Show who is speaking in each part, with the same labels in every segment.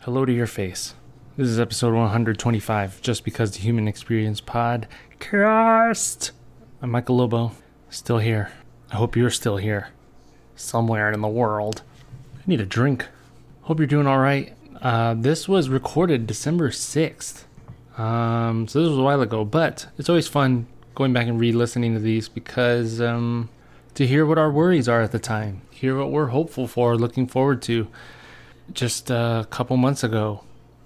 Speaker 1: Hello to your face. This is episode 125, just because the human experience podcast. I'm Michael Lobo, still here. I hope you're still here, somewhere in the world. I need a drink. Hope you're doing all right. Uh, this was recorded December 6th, um, so this was a while ago, but it's always fun going back and re listening to these because um, to hear what our worries are at the time, hear what we're hopeful for, looking forward to just a couple months ago.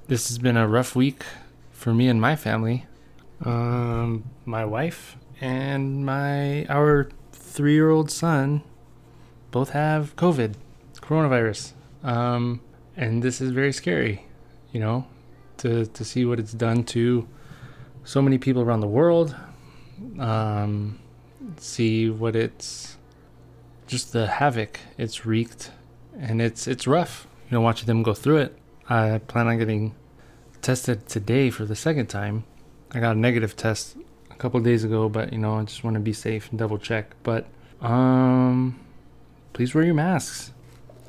Speaker 1: This has been a rough week for me and my family. Um, my wife and my our three-year-old son both have COVID, coronavirus, um, and this is very scary. You know, to to see what it's done to so many people around the world. Um, see what it's just the havoc it's wreaked, and it's it's rough you know, watching them go through it. I plan on getting tested today for the second time. I got a negative test a couple of days ago, but you know, I just want to be safe and double check. But um, please wear your masks.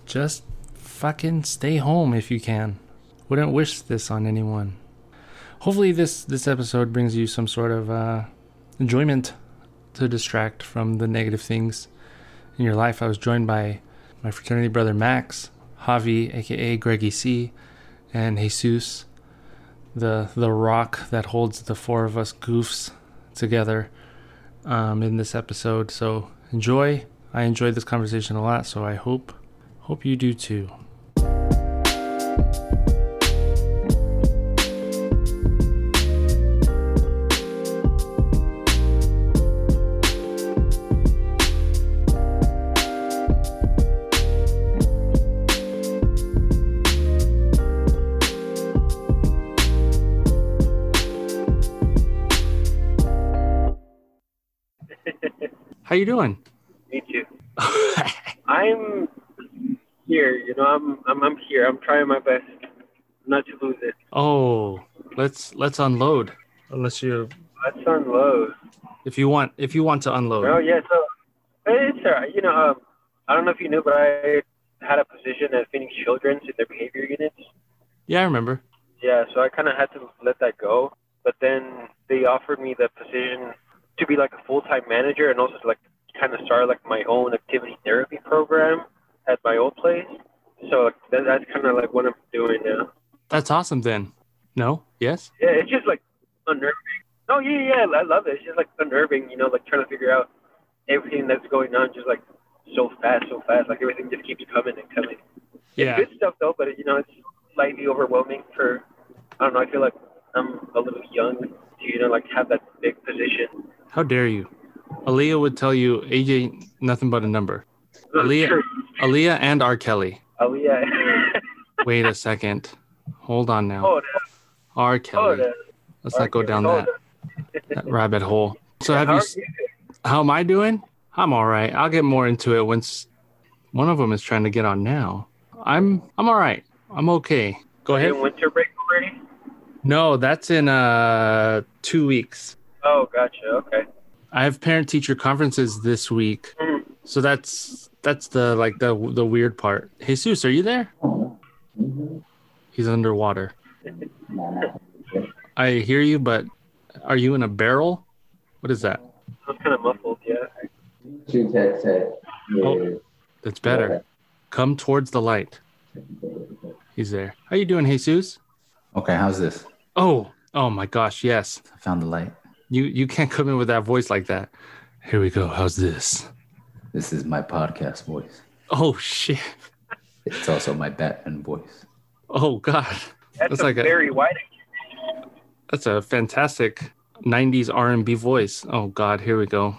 Speaker 1: Just fucking stay home if you can. Wouldn't wish this on anyone. Hopefully, this this episode brings you some sort of uh, enjoyment to distract from the negative things in your life. I was joined by my fraternity brother Max, Javi, aka Greggy C, and Jesus, the the rock that holds the four of us goofs together um, in this episode. So enjoy. I enjoyed this conversation a lot, so I hope hope you do too. How you doing?
Speaker 2: Thank you. I'm here. You know, I'm, I'm I'm here. I'm trying my best not to lose it.
Speaker 1: oh, let's let's unload. Unless you
Speaker 2: Let's unload.
Speaker 1: if you want if you want to
Speaker 2: Oh
Speaker 1: unload.
Speaker 2: yeah. So it's alright. You know, um, I don't know if you knew, but I had a position at Phoenix Children's in their behavior units.
Speaker 1: Yeah, I remember.
Speaker 2: Yeah. So I kind of had to let that go. But then they offered me the position to be like a full time manager and also to like kind of start like my own activity therapy program at my old place. So like, that, that's kind of like what I'm doing now.
Speaker 1: That's awesome then. No? Yes?
Speaker 2: Yeah, it's just like unnerving. No, yeah, yeah, I love it. It's just like unnerving, you know, like trying to figure out everything that's going on, just like so fast, so fast. Like everything just keeps coming and coming.
Speaker 1: Yeah.
Speaker 2: Good stuff though, but you know, it's slightly overwhelming for. I don't know. I feel like I'm a little young to you know like have that big position.
Speaker 1: How dare you? Aaliyah would tell you AJ ain't nothing but a number. Aaliyah.
Speaker 2: Sure.
Speaker 1: Aaliyah and R. Kelly.
Speaker 2: Aaliyah.
Speaker 1: Wait a second. Hold on now.
Speaker 2: hold on,
Speaker 1: R.
Speaker 2: hold
Speaker 1: Kelly.
Speaker 2: on.
Speaker 1: Let's not go down that, that rabbit hole. So have you?
Speaker 2: How
Speaker 1: s- How am I doing? I'm all right. I'll get more into it once one of them is trying to get on now. I'm I'm all right. I'm okay. Go
Speaker 2: are you
Speaker 1: ahead.
Speaker 2: in winter break already?
Speaker 1: No, that's in uh two weeks.
Speaker 2: Oh, gotcha. Okay.
Speaker 1: I have parent teacher conferences this week,
Speaker 2: Mhm.
Speaker 1: so that's that's the like the the weird part. Jesus, are you there? He's underwater. I hear you, but are you in a barrel? What is that?
Speaker 2: I'm kind of muffled. Yeah.
Speaker 3: Two tech tech.
Speaker 1: Oh. That's better. Come towards the light. He's there. How you doing, Jesus?
Speaker 3: Okay, how's this?
Speaker 1: Oh, oh my gosh, yes.
Speaker 3: I found the light.
Speaker 1: You you can't come in with that voice like that. Here we go. How's this?
Speaker 3: This is my podcast voice.
Speaker 1: Oh shit.
Speaker 3: It's also my Batman voice.
Speaker 1: Oh god.
Speaker 2: That's,
Speaker 1: That's
Speaker 2: a
Speaker 1: like a-
Speaker 2: very wide.
Speaker 1: That's a fantastic 90s R&B voice. Oh god, here we go.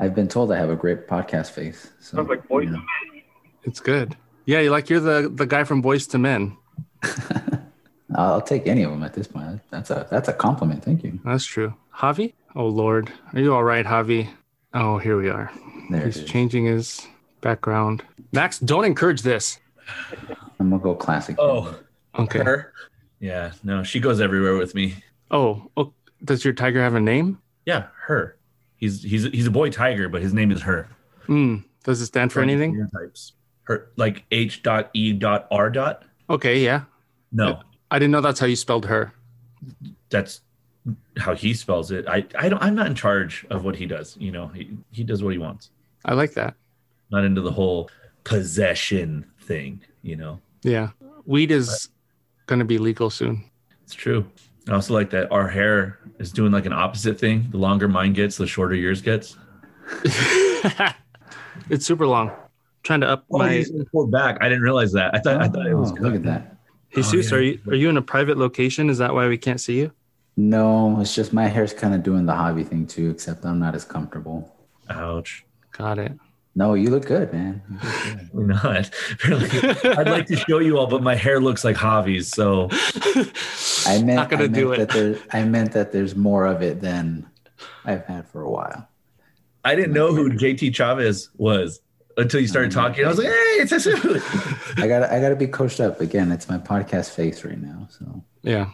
Speaker 3: I've been told I have a great podcast face. So,
Speaker 2: Sounds like voice.
Speaker 3: you know.
Speaker 1: It's good. Yeah, you're like you're the the guy from Boys to Men.
Speaker 3: I'll I'll take any of them at this point. That's a that's a compliment. Thank you.
Speaker 1: That's true. Javi? Oh lord. Are you all right, Javi? Oh, here we are.
Speaker 3: There it
Speaker 1: He's
Speaker 3: is.
Speaker 1: changing his background. Max, don't encourage this.
Speaker 3: I'm gonna go classic.
Speaker 4: Oh,
Speaker 1: Okay.
Speaker 4: her? Yeah, no, she goes everywhere with me.
Speaker 1: Oh, oh, does your tiger have a name?
Speaker 4: Yeah, her. He's he's he's a boy tiger, but his name is her.
Speaker 1: Mm, does it stand for anything?
Speaker 4: Types. Her like H dot E dot R dot.
Speaker 1: Okay, yeah.
Speaker 4: No,
Speaker 1: I didn't know that's how you spelled her.
Speaker 4: that's how he spells it. I, I don't, I'm not in charge of what he does. You know, he, he does what he wants.
Speaker 1: I like that.
Speaker 4: Not into the whole possession thing. You know,
Speaker 1: Yeah. Weed is going to be legal soon.
Speaker 4: it's true. I also like that our hair is doing like an opposite thing. The longer mine gets, the shorter yours gets.
Speaker 1: it's super long. trying to up
Speaker 4: Oh,
Speaker 1: my.
Speaker 4: he's been pulled back. I didn't realize that. I thought, I thought it was.
Speaker 3: Oh, look at that.
Speaker 1: Jesus,
Speaker 3: Oh,
Speaker 4: yeah.
Speaker 1: are you are you in a private location? Is that why we can't see you?
Speaker 3: No, it's just my hair's kind of doing the hobby thing too, except I'm not as comfortable.
Speaker 4: Ouch.
Speaker 1: Got it.
Speaker 3: No, you look good, man.
Speaker 4: We're not. Really. I'd like to show you all, but my hair looks like Javi's. So
Speaker 3: I meant,
Speaker 1: not gonna
Speaker 3: I meant
Speaker 1: do it.
Speaker 3: That there, I meant that there's more of it than I've had for a while.
Speaker 4: I didn't know who JT Chavez was until you started talking. I was like, hey, it's a
Speaker 3: I got I got to be coached up again. It's my podcast face right now. So
Speaker 1: Yeah,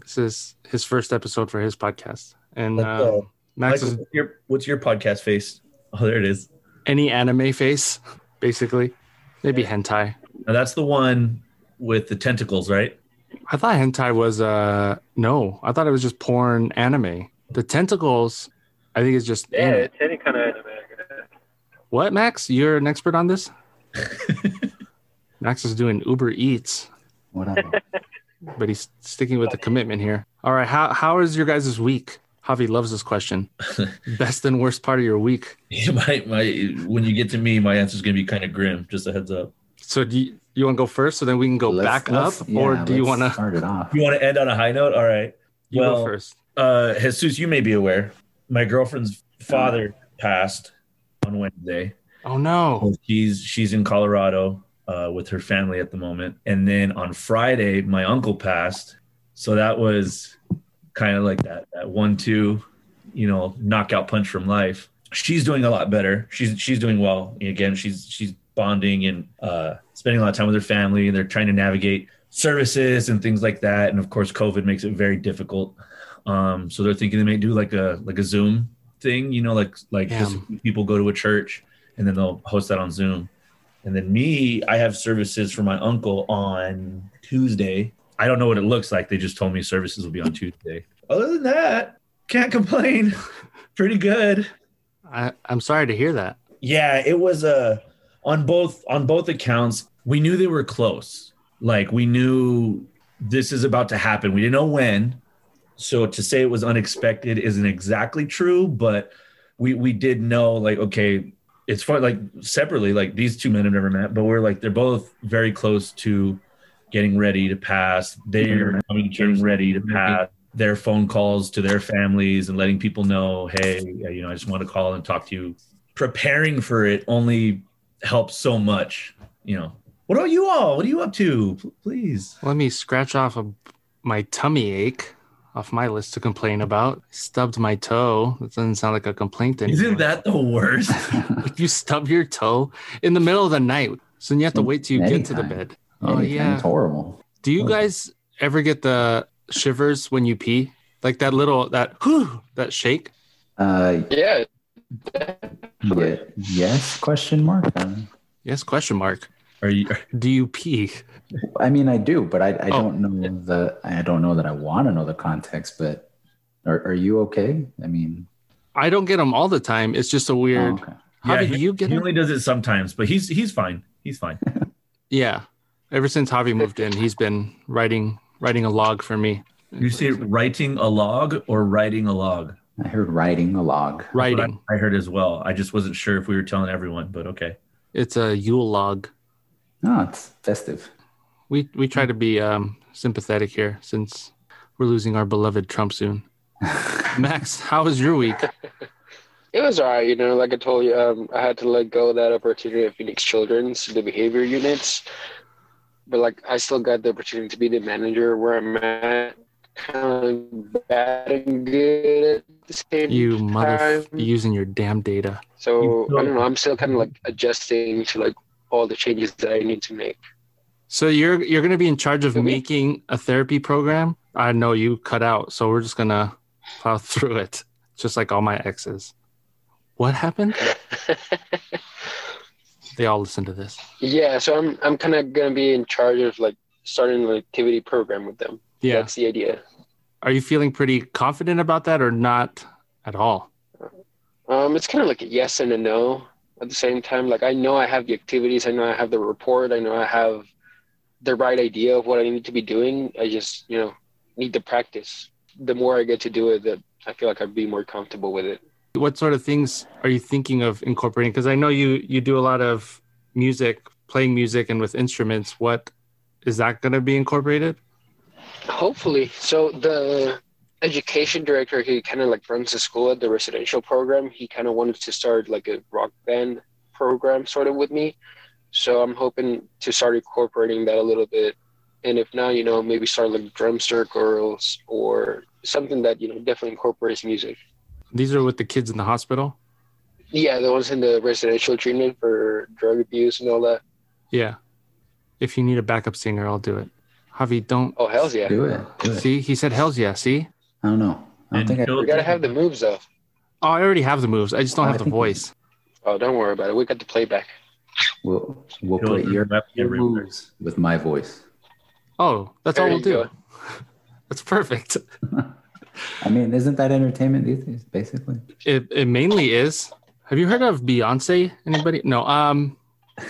Speaker 1: this is his first episode for his podcast, and
Speaker 4: Let's
Speaker 1: uh,
Speaker 4: go.
Speaker 1: Max
Speaker 4: Michael,
Speaker 1: is
Speaker 4: what's your, what's your podcast face? Oh, there it is.
Speaker 1: any anime face, basically, maybe hentai.
Speaker 4: Now, that's the one with the tentacles, right?
Speaker 1: I thought hentai was uh no, I thought it was just porn anime. The tentacles, I think it's just
Speaker 2: Yeah,
Speaker 1: anime.
Speaker 2: it's any kind of anime. I guess.
Speaker 1: what Max? You're an expert on this. Max is doing Uber Eats,
Speaker 3: whatever.
Speaker 1: but he's sticking with the commitment here. All right, how how is your guys' week? Javi loves this question. Best and worst part of your week.
Speaker 4: my, my, when you get to me, my answer's going to be kind of grim. Just a heads up.
Speaker 1: So do you, you want to go first, so then we can go
Speaker 3: Let's-
Speaker 1: back
Speaker 3: let's-
Speaker 1: up, or
Speaker 3: yeah,
Speaker 1: do you
Speaker 3: let's
Speaker 1: want to?
Speaker 3: start it off?
Speaker 4: You want to end on a high note? All right.
Speaker 1: You
Speaker 4: Well,
Speaker 1: go first.
Speaker 4: Uh, Jesus, you may be aware, my girlfriend's father passed on Wednesday.
Speaker 1: Oh no!
Speaker 4: She's she's in Colorado uh, with her family at the moment. And then on Friday, my uncle passed. So that was kind of like that that one two, you know, knockout punch from life. She's doing a lot better. She's she's doing well. And Again, she's she's bonding and uh, spending a lot of time with her family. They're trying to navigate services and things like that. And of course, COVID makes it very difficult. Um, so they're thinking they may do like a like a Zoom thing, you know, like like just people go to a church and then they'll host that on Zoom. And then me, I have services for my uncle on Tuesday. I don't know what it looks like. They just told me services will be on Tuesday. Other than that, can't complain. Pretty good.
Speaker 1: I, I'm sorry to hear that.
Speaker 4: Yeah, it was uh, on both on both accounts. We knew they were close. Like we knew this is about to happen. We didn't know when. So to say it was unexpected isn't exactly true, but we we did know like okay, it's fun like separately like these two men have never met, but we're like they're both very close to getting ready to pass. They're coming to terms ready to pass their phone calls to their families and letting people know, hey, you know, I just want to call and talk to you preparing for it only helps so much. You know, what about you all? What are you up to? P- Please.
Speaker 1: Let me scratch off a, my tummy ache off my list to complain about. Stubbed my toe. That doesn't sound like a complaint anymore.
Speaker 4: Isn't that the worst?
Speaker 1: If you stub your toe in the middle of the night, so then you have to wait till you get to the
Speaker 3: Anytime.
Speaker 1: bed. Oh
Speaker 3: Anything's
Speaker 1: yeah.
Speaker 3: horrible.
Speaker 1: Do you guys ever get the shivers when you pee? Like that little that whew, that shake?
Speaker 3: Uh,
Speaker 5: Yeah.
Speaker 3: yeah, yes? Question mark. Um,
Speaker 1: Yes? Question mark.
Speaker 4: Are you?
Speaker 1: Do you pee?
Speaker 3: I mean, I do, but I, I
Speaker 1: Oh.
Speaker 3: don't know the I don't know that I want to know the context. But are, are you okay? I mean,
Speaker 1: I don't get them all the time. It's just a weird.
Speaker 3: oh, okay.
Speaker 1: How
Speaker 4: Yeah,
Speaker 1: did you get
Speaker 4: He
Speaker 1: them?
Speaker 4: only does it sometimes, but he's he's fine. He's fine.
Speaker 1: Yeah. Ever since Javi moved in, he's been writing writing a log for me.
Speaker 4: You say writing a log or writing a log?
Speaker 3: I heard writing a log.
Speaker 1: Writing.
Speaker 4: I heard as well. I just wasn't sure if we were telling everyone, but okay.
Speaker 1: It's a Yule log.
Speaker 3: No, it's festive.
Speaker 1: We we try to be um, sympathetic here since we're losing our beloved Trump soon. Max, how was your week?
Speaker 5: It was all right, you know. Like I told you, um, I had to let go of that opportunity at Phoenix Children's, the behavior units. But like, I still got the opportunity to be the manager where I'm at. Kind of bad and good at the same
Speaker 1: You mother
Speaker 5: time.
Speaker 1: using your damn data.
Speaker 5: so
Speaker 4: You-
Speaker 5: I don't know. I'm still kind of like adjusting to like all the changes that I need to make.
Speaker 1: So you're you're gonna be in charge of
Speaker 5: Okay.
Speaker 1: making a therapy program. I know you cut out, so we're just gonna plow through it, just like all my exes. What happened? They all listen to this.
Speaker 5: yeah, so I'm I'm kind of gonna be in charge of like starting an activity program with them.
Speaker 1: Yeah.
Speaker 5: That's the idea.
Speaker 1: Are you feeling pretty confident about that or not at all?
Speaker 5: Um, it's kind of like a yes and a no at the same time. Like I know I have the activities, I know I have the report, I know I have the right idea of what I need to be doing. I just, you know, need to practice. The more I get to do it, the I feel like I'd be more comfortable with it.
Speaker 1: What sort of things are you thinking of incorporating? Because I know you you do a lot of music, playing music, and with instruments. What is that going to be incorporated?
Speaker 5: Hopefully. So the education director who kind of like runs the school at the residential program, he kind of wanted to start like a rock band program sort of with me. So I'm hoping to start incorporating that a little bit. And if not, you know, maybe start like drum circles or something that, you know, definitely incorporates music.
Speaker 1: These are with the kids in the hospital.
Speaker 5: Yeah, the ones in the residential treatment for drug abuse and all that.
Speaker 1: Yeah. If you need a backup singer, I'll do it. Javi, don't
Speaker 5: Oh, hell's yeah.
Speaker 3: Do it. Do it.
Speaker 1: see. He said, "Hell's yeah." See.
Speaker 3: I don't know. I don't
Speaker 4: And
Speaker 3: think I.
Speaker 4: don't
Speaker 5: We got to
Speaker 4: think-
Speaker 5: have the moves though.
Speaker 1: Oh, I already have the moves. I just don't
Speaker 3: Oh, I
Speaker 1: have the
Speaker 3: think-
Speaker 1: voice.
Speaker 5: Oh, don't worry about it. We got the playback.
Speaker 3: We'll, we'll
Speaker 4: Build
Speaker 3: put your,
Speaker 4: them up
Speaker 3: your
Speaker 4: everywhere.
Speaker 3: moves with my voice.
Speaker 1: Oh, that's all
Speaker 5: There
Speaker 1: we'll
Speaker 5: you
Speaker 1: do.
Speaker 5: go.
Speaker 1: That's perfect.
Speaker 3: I mean, isn't that entertainment these days, basically?
Speaker 1: It it mainly is. Have you heard of Beyonce? Anybody? No. Um,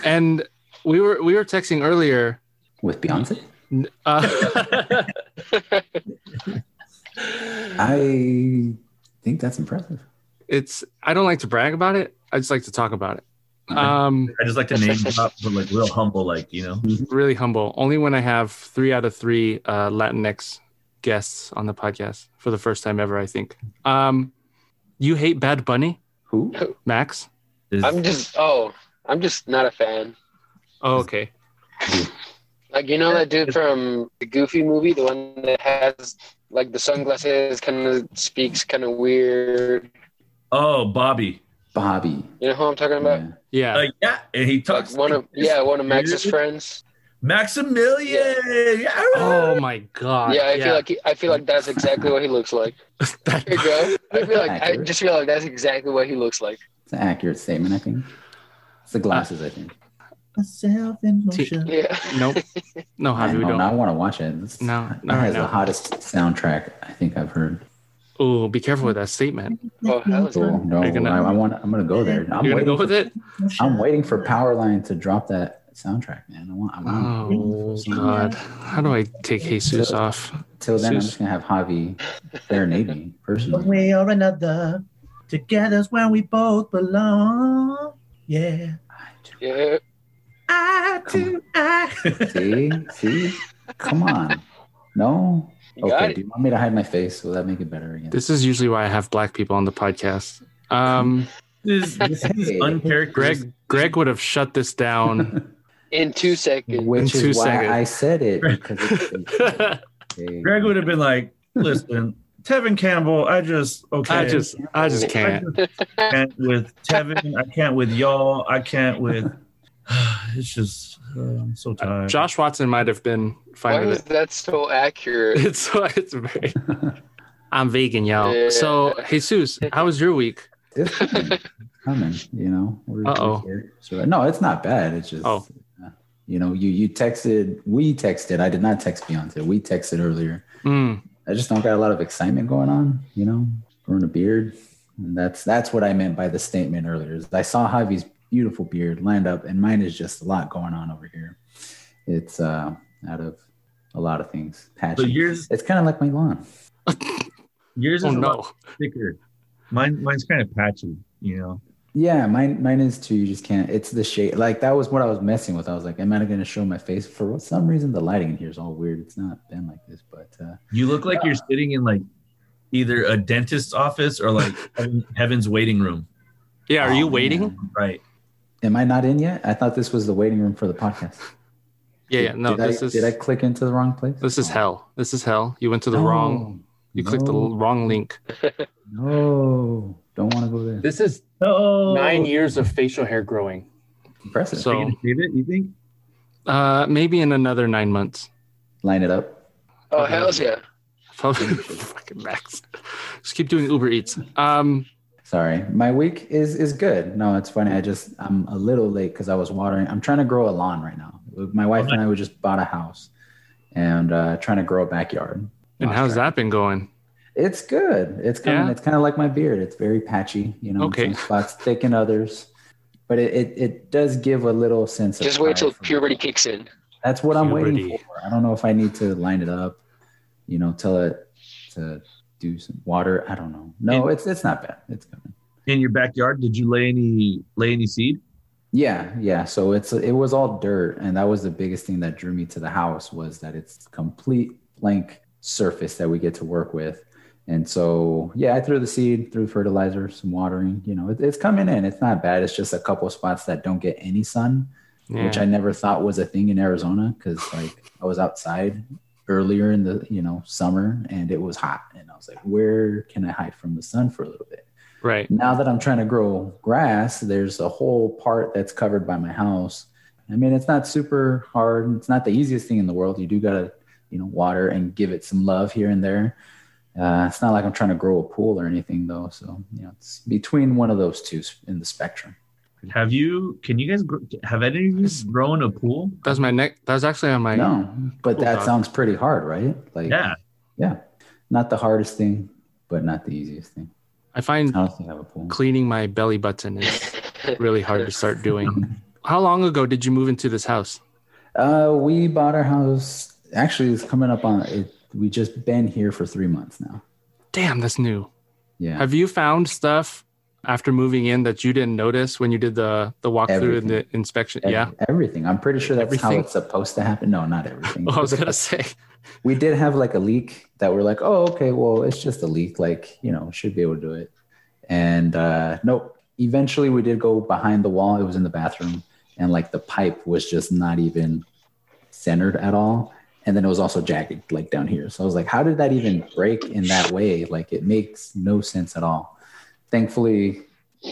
Speaker 1: and we were we were texting earlier.
Speaker 3: With Beyonce?
Speaker 1: N- Uh,
Speaker 3: I think that's impressive.
Speaker 1: it's I don't like to brag about it. I just like to talk about it. Um,
Speaker 4: I just like to name drop, but like real humble, like you know.
Speaker 1: really humble. Only when I have three out of three uh, Latinx guests on the podcast for the first time ever. I think. Um, you hate Bad Bunny,
Speaker 3: Who?
Speaker 1: Max?
Speaker 4: Is,
Speaker 5: I'm just oh, I'm just not a fan.
Speaker 1: Oh, okay.
Speaker 5: Like you know that dude from the Goofy movie, the one that has like the sunglasses, kind of speaks kind of weird.
Speaker 4: oh, Bobby.
Speaker 3: Bobby.
Speaker 5: You know who I'm talking about?
Speaker 3: Yeah.
Speaker 1: Yeah.
Speaker 4: Like yeah, and he
Speaker 5: Like
Speaker 4: talks
Speaker 5: one of
Speaker 4: like this.
Speaker 5: yeah, one of Max's
Speaker 4: Dude.
Speaker 5: friends.
Speaker 4: Maximilian. Yeah.
Speaker 1: Oh my god.
Speaker 5: Yeah, I feel like he, I feel like that's exactly what he looks like.
Speaker 1: That-
Speaker 5: There you go. I feel like I
Speaker 3: Accurate.
Speaker 5: just feel like that's exactly what he looks like.
Speaker 3: It's an accurate statement, I think. It's the glasses, I think.
Speaker 5: Yeah.
Speaker 1: nope. No,
Speaker 3: I,
Speaker 1: Javi, we
Speaker 3: don't, I
Speaker 1: don't.
Speaker 3: want to watch it. It's,
Speaker 1: No,
Speaker 3: that
Speaker 1: not right
Speaker 3: has
Speaker 1: now.
Speaker 3: the hottest soundtrack I think I've heard.
Speaker 1: Oh, be careful with that statement.
Speaker 5: Oh hell yeah.
Speaker 3: Cool. No,
Speaker 1: Are you gonna-
Speaker 3: I, I want. I'm gonna go there. I'm
Speaker 1: You're gonna
Speaker 3: waiting
Speaker 1: go with
Speaker 3: for,
Speaker 1: it?
Speaker 3: I'm waiting for Powerline to drop that soundtrack, man. I want. I want.
Speaker 1: Oh God! How do I take Jesus off?
Speaker 3: Till then, I'm
Speaker 1: Sus-
Speaker 3: just gonna have Javi serenade me
Speaker 6: One
Speaker 3: personally.
Speaker 6: way or another, together's where we both belong. Yeah.
Speaker 5: Yeah.
Speaker 6: I do. I.
Speaker 3: See, see, come on. No.
Speaker 5: You got
Speaker 3: Okay.
Speaker 5: it.
Speaker 3: Do you want me to hide my face? Will that make it better again?
Speaker 1: This is usually why I have black people on the podcast. Um,
Speaker 4: This is, this is
Speaker 3: Hey.
Speaker 4: uncharacteristic.
Speaker 1: Greg, Greg would have shut this down.
Speaker 5: In two seconds.
Speaker 3: Which
Speaker 1: in two
Speaker 3: is why
Speaker 1: seconds.
Speaker 3: I said it because it's,
Speaker 1: I
Speaker 3: okay.
Speaker 4: Greg would have been like, "Listen, Tevin Campbell, I just okay.
Speaker 1: just, I just can't.
Speaker 4: I just can't with Tevin. I can't with y'all. I can't with. It's just uh, I'm so tired.
Speaker 1: Josh Watson might have been
Speaker 5: Why
Speaker 1: fine with
Speaker 5: is
Speaker 1: it.
Speaker 5: that so accurate?
Speaker 1: It's, it's very. I'm vegan, y'all.
Speaker 5: Yeah.
Speaker 1: So, Jesus, how was your week?
Speaker 3: It's coming, coming, you know. We're,
Speaker 1: Uh-oh.
Speaker 3: we're here. So uh, no, it's not bad. It's just uh,
Speaker 1: Oh.
Speaker 3: you know, you you texted, we texted. I did not text Beyonce. We texted earlier.
Speaker 1: Mm,
Speaker 3: I just don't got a lot of excitement going on, you know, growing a beard. And that's that's what I meant by the statement earlier. Is I saw Javi's beautiful beard lined up, and mine is just a lot going on over here. It's uh out of a lot of things.
Speaker 4: So
Speaker 3: Patching.
Speaker 4: yours,
Speaker 3: it's kind of like my lawn.
Speaker 4: yours
Speaker 1: oh
Speaker 4: is a
Speaker 1: no!
Speaker 4: lot thicker. Mine, mine's kind of patchy. You know,
Speaker 3: Yeah, mine mine is too. You just can't. It's the shade. Like that was what I was messing with. I was like, am I going to show my face? For some reason, the lighting in here is all weird. It's not been like this, but uh,
Speaker 4: you look like you're sitting in like either a dentist's office or like heaven, heaven's waiting room.
Speaker 1: Yeah, are
Speaker 3: Oh,
Speaker 1: you
Speaker 3: man.
Speaker 1: waiting?
Speaker 4: Right.
Speaker 3: am I not in yet? I thought this was the waiting room for the podcast.
Speaker 1: Yeah, yeah. No,
Speaker 3: did
Speaker 1: this
Speaker 3: I,
Speaker 1: is
Speaker 3: did I click into the wrong place?
Speaker 1: this is
Speaker 3: Oh,
Speaker 1: hell. This is hell. You went to the wrong. You
Speaker 3: no,
Speaker 1: clicked the wrong link.
Speaker 3: No, don't want to go there.
Speaker 1: This is
Speaker 4: Oh,
Speaker 1: nine years of facial hair growing.
Speaker 3: Impressive.
Speaker 4: Are you
Speaker 1: So
Speaker 4: gonna shave it? You think?
Speaker 1: uh, maybe in another nine months.
Speaker 3: Line it up.
Speaker 5: Oh hell's yeah.
Speaker 1: Probably fucking Max. Just keep doing Uber Eats. Um,
Speaker 3: Sorry, my week is is good. No, it's funny. I just I'm a little late because I was watering. I'm trying to grow a lawn right now. My wife and I we just bought a house, and uh, trying to grow a backyard.
Speaker 1: And
Speaker 3: Lost
Speaker 1: how's that
Speaker 3: track.
Speaker 1: been going?
Speaker 3: It's good. It's kind of
Speaker 1: Yeah?
Speaker 3: it's kind of like my beard. It's very patchy, you know. in
Speaker 1: Okay.
Speaker 3: Some spots thick in others, but it, it it does give a little sense of
Speaker 5: Just wait
Speaker 3: pride
Speaker 5: till
Speaker 3: for me.
Speaker 5: puberty kicks in.
Speaker 3: That's what I'm waiting
Speaker 1: Puberty.
Speaker 3: for. I don't know if I need to line it up, you know, tell it to do some water. I don't know. No, it's it's not bad. It's coming.
Speaker 4: In your backyard, did you lay any lay any seed?
Speaker 3: Yeah, yeah. So it's it was all dirt, and that was the biggest thing that drew me to the house was that it's complete blank surface that we get to work with. And so yeah, I threw the seed, threw fertilizer, some watering. You know, it, it's coming in. It's not bad. It's just a couple spots that don't get any sun.
Speaker 1: Yeah.
Speaker 3: which I never thought was a thing in Arizona because like I was outside earlier in the you know summer and it was hot and I was like, where can I hide from the sun for a little bit?
Speaker 1: right.
Speaker 3: Now that I'm trying to grow grass, there's a whole part that's covered by my house. I mean, it's not super hard. It's not the easiest thing in the world. You do gotta you know water and give it some love here and there. Uh, it's not like I'm trying to grow a pool or anything though. So you know, it's between one of those two in the spectrum.
Speaker 4: Have you? Can you guys gr- have any of you grown a pool?
Speaker 1: That's my neck. That was actually on my.
Speaker 3: No, but
Speaker 1: Cool,
Speaker 3: that
Speaker 1: dog.
Speaker 3: sounds pretty hard, right? Like
Speaker 4: Yeah,
Speaker 3: yeah not the hardest thing but not the easiest thing
Speaker 1: I find
Speaker 3: i don't think i have a pool
Speaker 1: cleaning my belly button is really hard to start doing. How long ago did you move into this house?
Speaker 3: uh we bought our house actually it's coming up on it we just been here for three months now
Speaker 1: Damn, that's new.
Speaker 3: yeah
Speaker 1: Have you found stuff after moving in that you didn't notice when you did the the walkthrough
Speaker 3: Everything.
Speaker 1: and the inspection?
Speaker 3: Ev-
Speaker 1: Yeah.
Speaker 3: everything i'm pretty sure that's how
Speaker 1: Everything? Oh,
Speaker 3: it's supposed to happen no not everything
Speaker 1: Well, I was gonna say.
Speaker 3: we did have like a leak that we're like oh okay well it's just a leak like you know should be able to do it and uh nope eventually we did go behind the wall it was in the bathroom and like the pipe was just not even centered at all and then it was also jagged like down here so i was like how did that even break in that way like it makes no sense at all thankfully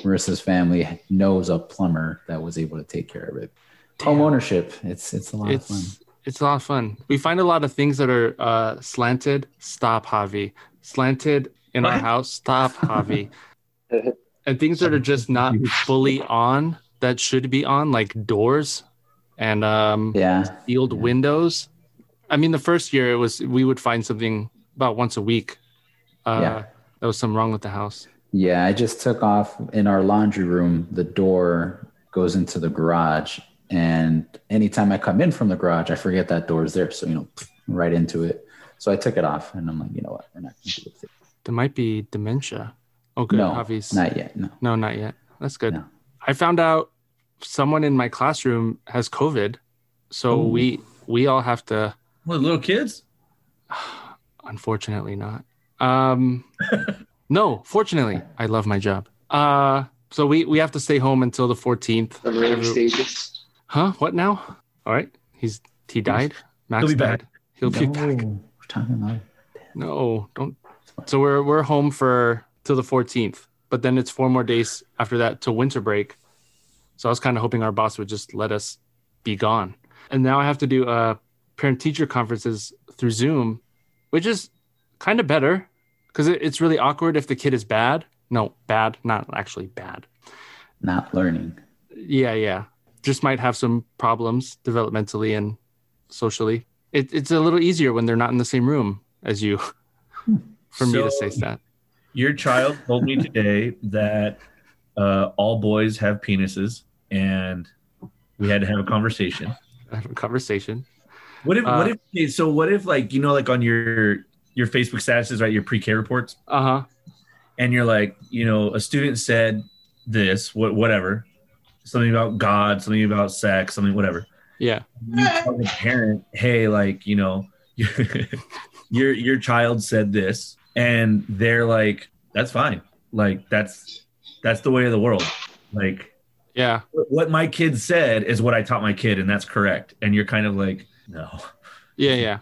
Speaker 3: marissa's family knows a plumber that was able to take care of it home ownership it's it's a lot of fun
Speaker 1: It's it's a lot of fun. We find a lot of things that are uh, slanted. Stop, Javi. Slanted in our
Speaker 4: What?
Speaker 1: house. Stop, Javi. and things that are just not fully on that should be on, like doors and um,
Speaker 3: yeah
Speaker 1: sealed
Speaker 3: Yeah.
Speaker 1: windows. I mean, the first year it was we would find something about once a week. Uh,
Speaker 3: Yeah.
Speaker 1: There was something wrong with the house.
Speaker 3: Yeah, I just took off in our laundry room. The door goes into the garage, and anytime I come in from the garage, I forget that door is there. So you know, right into it. So I took it off, and I'm like, you know what, we're not going to deal with it.
Speaker 1: There might be dementia. Oh, good.
Speaker 3: no,
Speaker 1: Javi's.
Speaker 3: not yet. No.
Speaker 1: No, not yet. That's good.
Speaker 3: No.
Speaker 1: I found out someone in my classroom has COVID, so
Speaker 3: Ooh.
Speaker 1: we we all have to.
Speaker 4: what little kids?
Speaker 1: Unfortunately, not. Um, no, fortunately, I love my job. Uh, so we we have to stay home until the fourteenth.
Speaker 5: The random stages.
Speaker 1: Huh? What now? All right, he's he died. Max
Speaker 4: He'll be back.
Speaker 1: died. He'll be
Speaker 3: No,
Speaker 1: back.
Speaker 3: We're talking about
Speaker 1: No, don't. So we're we're home for till the 14th, but then it's four more days after that to winter break. So I was kind of hoping our boss would just let us be gone. And now I have to do uh, parent teacher conferences through Zoom, which is kind of better because it, it's really awkward if the kid is bad. No, bad, not actually bad.
Speaker 3: not learning.
Speaker 1: Yeah, yeah. Just might have some problems developmentally and socially. It, it's a little easier when they're not in the same room as you for me to
Speaker 4: So-
Speaker 1: say that.
Speaker 4: Your child told me today that uh, all boys have penises, and we had to have a conversation.
Speaker 1: Have a conversation.
Speaker 4: What if? what
Speaker 1: Uh,
Speaker 4: if? okay, So what if, like, you know, like on your your Facebook statuses, right? Your pre-K reports,
Speaker 1: Uh huh.
Speaker 4: and you're like, you know, a student said this, what, whatever, something about God, something about sex, something whatever.
Speaker 1: Yeah.
Speaker 4: You tell the parent, hey, like, you know, your your child said this, and they're like, that's fine, like that's that's the way of the world, like
Speaker 1: Yeah.
Speaker 4: what my kid said is what I taught my kid, and that's correct. And you're kind of like, no.
Speaker 1: Yeah. Yeah.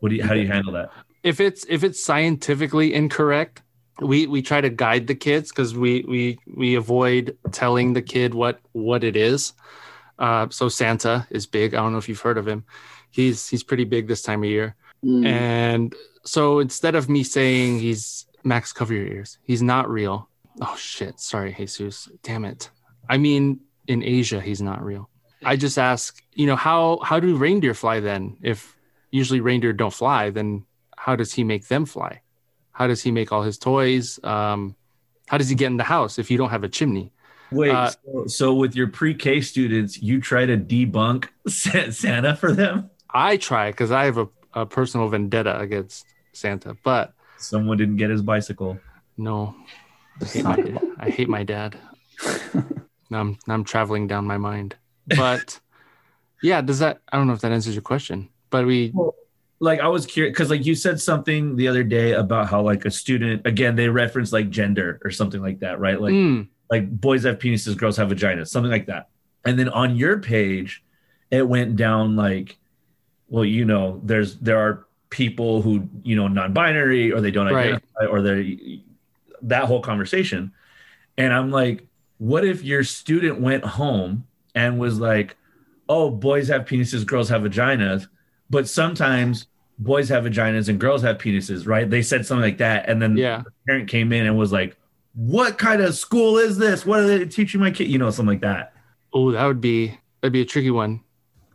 Speaker 4: What do you? How do you handle that?
Speaker 1: If it's if it's scientifically incorrect, we we try to guide the kids because we we we avoid telling the kid what what it is. Uh, so Santa is big. I don't know if you've heard of him. He's he's pretty big this time of year.
Speaker 5: Mm.
Speaker 1: And so instead of me saying he's Max, cover your ears, he's not real. Oh shit, sorry, Jesus, damn it. I mean, in Asia, he's not real. I just ask, you know, how how do reindeer fly then if usually reindeer don't fly, then how does he make them fly? How does he make all his toys? Um, how does he get in the house if you don't have a chimney?
Speaker 4: Wait,
Speaker 1: Uh,
Speaker 4: so, so with your pre-K students, you try to debunk Sa- Santa for them?
Speaker 1: I try because I have a, a personal vendetta against Santa, but
Speaker 4: Someone didn't get his bicycle.
Speaker 1: no,
Speaker 3: Just
Speaker 1: hate
Speaker 3: talk
Speaker 1: my, I hate my dad. now I'm now I'm traveling down my mind. But yeah, does that I don't know if that answers your question. But we
Speaker 4: Like I was curious because like you said something the other day about how like a student again they reference like gender or something like that, right? Like
Speaker 1: Mm,
Speaker 4: like boys have penises, girls have vaginas, something like that. And then on your page, it went down like, well, you know, there's there are people who you know non-binary or they don't
Speaker 1: Right.
Speaker 4: identify or they that whole conversation. And I'm like, what if your student went home and was like, oh, boys have penises, girls have vaginas, but sometimes boys have vaginas and girls have penises, right? They said something like that, and then
Speaker 1: yeah.
Speaker 4: parent came in and was like, "What kind of school is this? What are they teaching my kid?" You know, something like that.
Speaker 1: Oh, that would be that'd be a tricky one.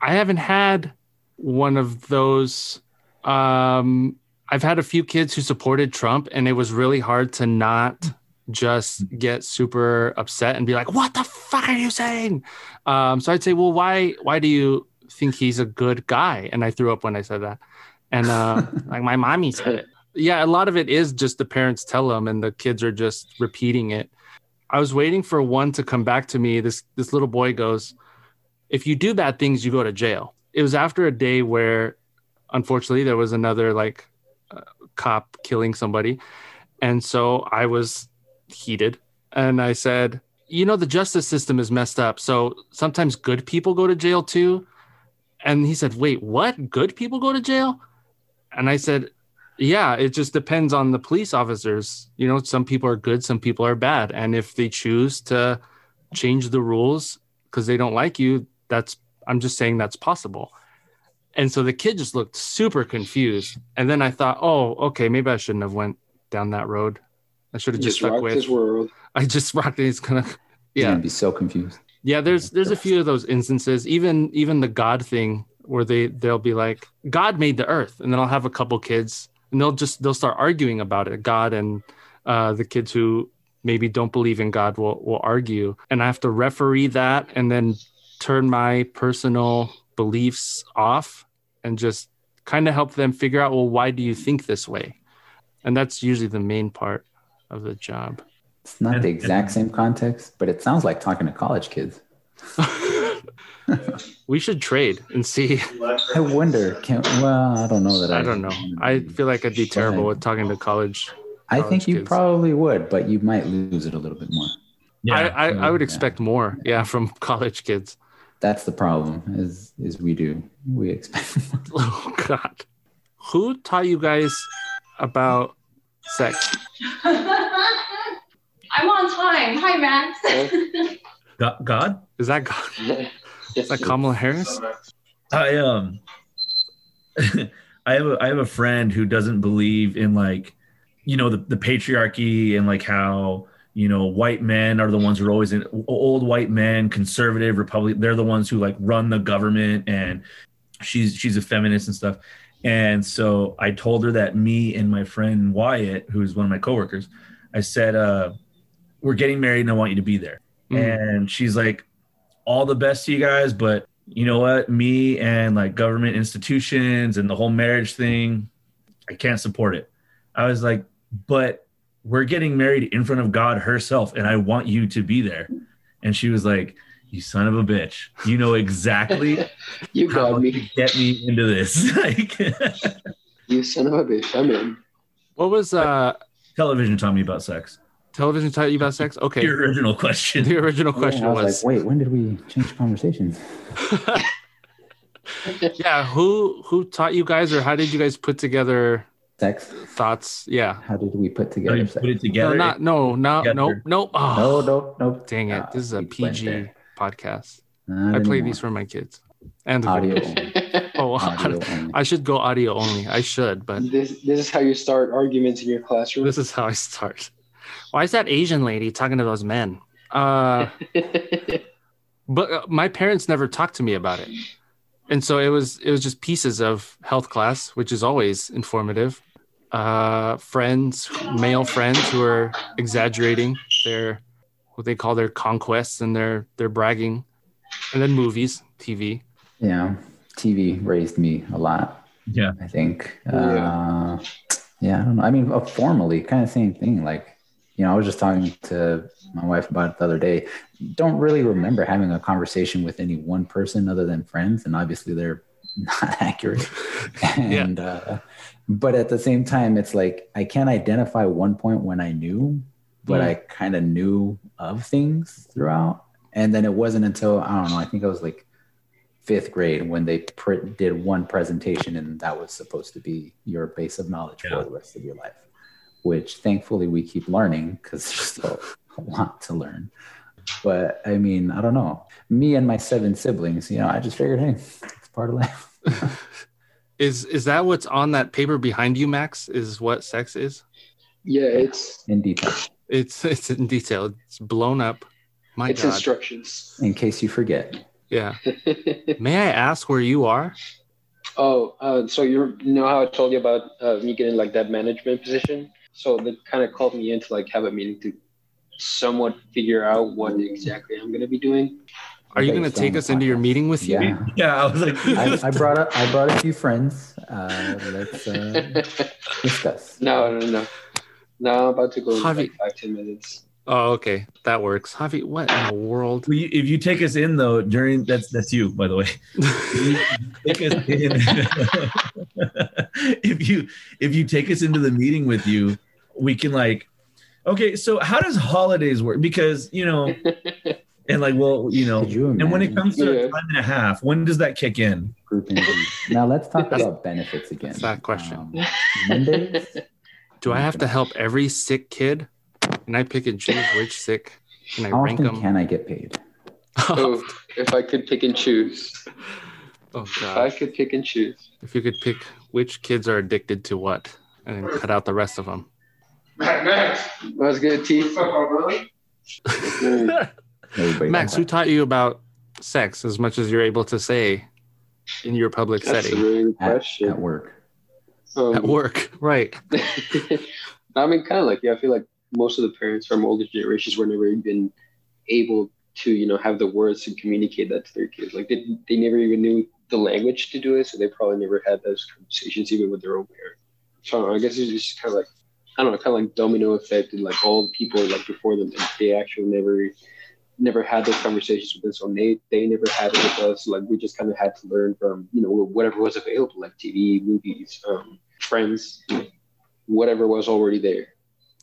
Speaker 1: I haven't had one of those. Um, I've had a few kids who supported Trump, and it was really hard to not just get super upset and be like, "What the fuck are you saying?" Um, so I'd say, "Well, why why do you think he's a good guy?" And I threw up when I said that, and uh, like my mommy said it. Yeah, a lot of it is just the parents tell them, and the kids are just repeating it. I was waiting for one to come back to me. This this little boy goes, "If you do bad things, you go to jail." It was after a day where, unfortunately, there was another like uh, cop killing somebody, and so I was heated, and I said, "You know, the justice system is messed up. So sometimes good people go to jail too." And he said, "Wait, what? Good people go to jail?" And I said, yeah, it just depends on the police officers. You know, some people are good, some people are bad. And if they choose to change the rules because they don't like you, that's, I'm just saying that's possible. And so the kid just looked super confused. And then I thought, oh, okay, maybe I shouldn't have went down that road. I should have just,
Speaker 5: Just
Speaker 1: stuck
Speaker 5: rocked
Speaker 1: with.
Speaker 5: his world.
Speaker 1: I just rocked it. It's gonna,
Speaker 3: He's
Speaker 1: yeah,
Speaker 3: gonna be so confused.
Speaker 1: yeah, there's there's a few of those instances. Even even the God thing where they they'll be like, God made the earth, and then I'll have a couple kids, and they'll just they'll start arguing about it. God and uh, the kids who maybe don't believe in God will will argue, and I have to referee that, and then turn my personal beliefs off, and just kind of help them figure out, well, why do you think this way? And that's usually the main part of the job.
Speaker 3: It's not
Speaker 4: And-
Speaker 3: the exact same context, but it sounds like talking to college kids.
Speaker 1: we should trade and see.
Speaker 3: I wonder. Can well, I don't know that. I,
Speaker 1: I don't know. I feel like I'd be terrible with talking to college.
Speaker 3: I
Speaker 1: college
Speaker 3: think you
Speaker 1: kids.
Speaker 3: probably would, but you might lose it a little bit more.
Speaker 1: I,
Speaker 4: Yeah,
Speaker 1: I, I would
Speaker 3: yeah.
Speaker 1: expect more, yeah, from college kids.
Speaker 3: That's the problem. Is is we do we expect more.
Speaker 1: Oh God, who taught you guys about sex?
Speaker 7: I'm on time. Hi, Max.
Speaker 4: Go- God,
Speaker 1: Is that God? Is that Kamala Harris?
Speaker 4: I um, I have a, I have a friend who doesn't believe in like, you know, the, the patriarchy and like how you know white men are the ones who are always in old white men, conservative, republic. They're the ones who like run the government, and she's she's a feminist and stuff. And so I told her that me and my friend Wyatt, who's one of my coworkers, I said, uh, "We're getting married, and I want you to be there."
Speaker 1: Mm.
Speaker 4: and she's like all the best to you guys but you know what me and like government institutions and the whole marriage thing i can't support it i was like but we're getting married in front of god herself and i want you to be there and she was like you son of a bitch you know exactly
Speaker 5: you
Speaker 4: how
Speaker 5: got
Speaker 4: to
Speaker 5: me.
Speaker 4: get me into this like
Speaker 5: You son of a bitch. I'm in.
Speaker 1: What was uh,
Speaker 4: television taught me about sex
Speaker 1: television taught you about sex? Okay,
Speaker 4: your original question
Speaker 1: the original question
Speaker 3: I was,
Speaker 1: was,
Speaker 3: like, wait, when did we change conversations?
Speaker 1: yeah, who who taught you guys, or how did you guys put together
Speaker 3: Sex.
Speaker 1: thoughts? Yeah,
Speaker 3: How did we put
Speaker 4: So you
Speaker 3: together sex?
Speaker 4: put it
Speaker 1: no,
Speaker 4: together
Speaker 1: not no, not no,
Speaker 4: Together.
Speaker 1: no. Oh,
Speaker 3: no, no, no.
Speaker 1: dang it!
Speaker 3: Ah,
Speaker 1: This is a
Speaker 3: we went
Speaker 1: PG
Speaker 3: there.
Speaker 1: podcast. I
Speaker 3: Not
Speaker 1: play
Speaker 3: anymore.
Speaker 1: these for my kids and the
Speaker 3: audio.
Speaker 1: girls.
Speaker 3: only,
Speaker 1: Oh,
Speaker 3: audio only.
Speaker 1: I should go audio only. I should, but
Speaker 5: This this is how you start arguments in your classroom.
Speaker 1: this is how I start. Why is that Asian lady talking to those men? Uh, but uh, my parents never talked to me about it. and so it was it was just pieces of health class which is always informative uh friends male friends who are exaggerating their what they call their conquests and their their bragging and then movies tv
Speaker 3: Yeah, TV raised me a lot.
Speaker 4: Yeah.
Speaker 3: I think.
Speaker 5: Yeah.
Speaker 3: Uh, yeah, I don't know. I mean, uh, formally, kind of same thing. Like, you know, I was just talking to my wife about it the other day. Don't really remember having a conversation with any one person other than friends, and obviously they're not accurate. and uh, but at the same time, it's like I can't identify one point when I knew, but I kind of knew of things throughout. And then it wasn't until I don't know. I think I was like fifth grade when they pr- did one presentation and that was supposed to be your base of knowledge
Speaker 4: Yeah.
Speaker 3: for the rest of your life which thankfully we keep learning because there's still a lot to learn but i mean i don't know me and my seven siblings you know i just figured hey it's part of life
Speaker 1: is is that what's on that paper behind you max is what sex is
Speaker 5: Yeah, it's
Speaker 3: in detail
Speaker 1: it's it's in detail it's blown up my
Speaker 5: it's
Speaker 1: god
Speaker 5: instructions.
Speaker 3: in case you forget
Speaker 1: yeah may i ask where you are
Speaker 5: oh, uh, so you know how I told you about uh, me getting like that management position? So they kind of called me in to like have a meeting to somewhat figure out what exactly I'm gonna be doing.
Speaker 1: are you
Speaker 3: Okay,
Speaker 1: going to
Speaker 3: so
Speaker 1: take
Speaker 3: I'm
Speaker 1: us into your meeting with you
Speaker 3: yeah
Speaker 4: Yeah, I was like,
Speaker 3: I, I brought up i brought a few friends uh, let's uh, discuss
Speaker 5: no, no, no. No, I'm about to go in
Speaker 1: Javi-
Speaker 5: like five, ten minutes.
Speaker 1: oh okay that works javi what in the world
Speaker 4: Well, you- if you take us in though during that's that's you by the way. If you take us in- if you if you take us into the meeting with you, we can like, okay, so how does holidays work? Because you know, and like, well, you know,
Speaker 3: Could you
Speaker 4: and when it
Speaker 3: imagine?
Speaker 4: comes to
Speaker 5: Yeah.
Speaker 4: time and a half, when does that kick in?
Speaker 3: group and group. Now let's talk
Speaker 1: That's-
Speaker 3: about benefits again.
Speaker 1: that's that question.
Speaker 3: Um, Mondays,
Speaker 1: Do I have to help every sick kid? And I pick and choose which sick, and I
Speaker 3: how
Speaker 1: rank
Speaker 3: often
Speaker 1: them.
Speaker 3: can I get paid?
Speaker 1: oh oh,
Speaker 5: Oh, if I could pick and choose. If Oh, I
Speaker 1: god!
Speaker 5: could pick and choose.
Speaker 1: If you could pick which kids are addicted to what, and then cut out the rest of them.
Speaker 5: What's good, T? Mm.
Speaker 3: Everybody
Speaker 1: Max, who
Speaker 3: does
Speaker 1: taught you about sex as much as you're able to say in your public
Speaker 5: That's a
Speaker 1: setting
Speaker 5: really good
Speaker 3: that at, at
Speaker 5: question.
Speaker 3: work.
Speaker 5: Um,
Speaker 1: at work? Right.
Speaker 5: I mean, kind of like yeah. I feel like most of the parents from older generations were never even able to, you know, have the words to communicate that to their kids. Like they, they never even knew the language to do it, so they probably never had those conversations even with their own parents. So I, don't know, I guess it's just kind of like I don't know, kind of like domino effect, and like all the people like before them, like, they actually never never had those conversations with us, so they they never had it with us. Like we just kind of had to learn from you know whatever was available, like TV, movies, um, friends, whatever was already there.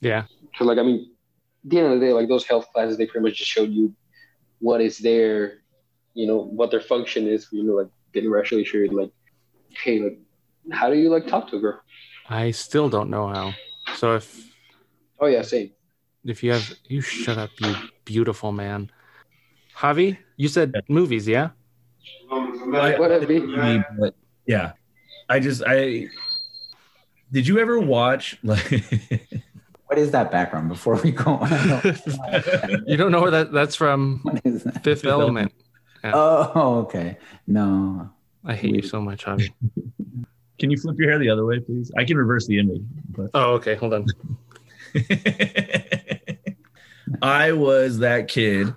Speaker 1: Yeah.
Speaker 5: So like I mean, at the end of the day, like those health classes, they pretty much just showed you what is there, you know, what their function is. You know, like they never actually showed like, hey, like how do you like talk to a girl?
Speaker 1: I still don't know how. So if
Speaker 5: Oh yeah, same.
Speaker 1: if you have you shut up, you beautiful man. Javi, you said movies, yeah?
Speaker 5: What up, B?
Speaker 4: I mean, but, yeah, I just I. Did you ever watch like?
Speaker 3: What is that background before we go on? I don't-
Speaker 1: You don't know where that that's from
Speaker 3: what is that?
Speaker 1: Fifth Element.
Speaker 3: Oh, okay. No.
Speaker 1: I hate you so much, Javi.
Speaker 4: Can you flip your hair the other way, please? I can reverse the image. But...
Speaker 1: Oh, okay. Hold on.
Speaker 4: I was that kid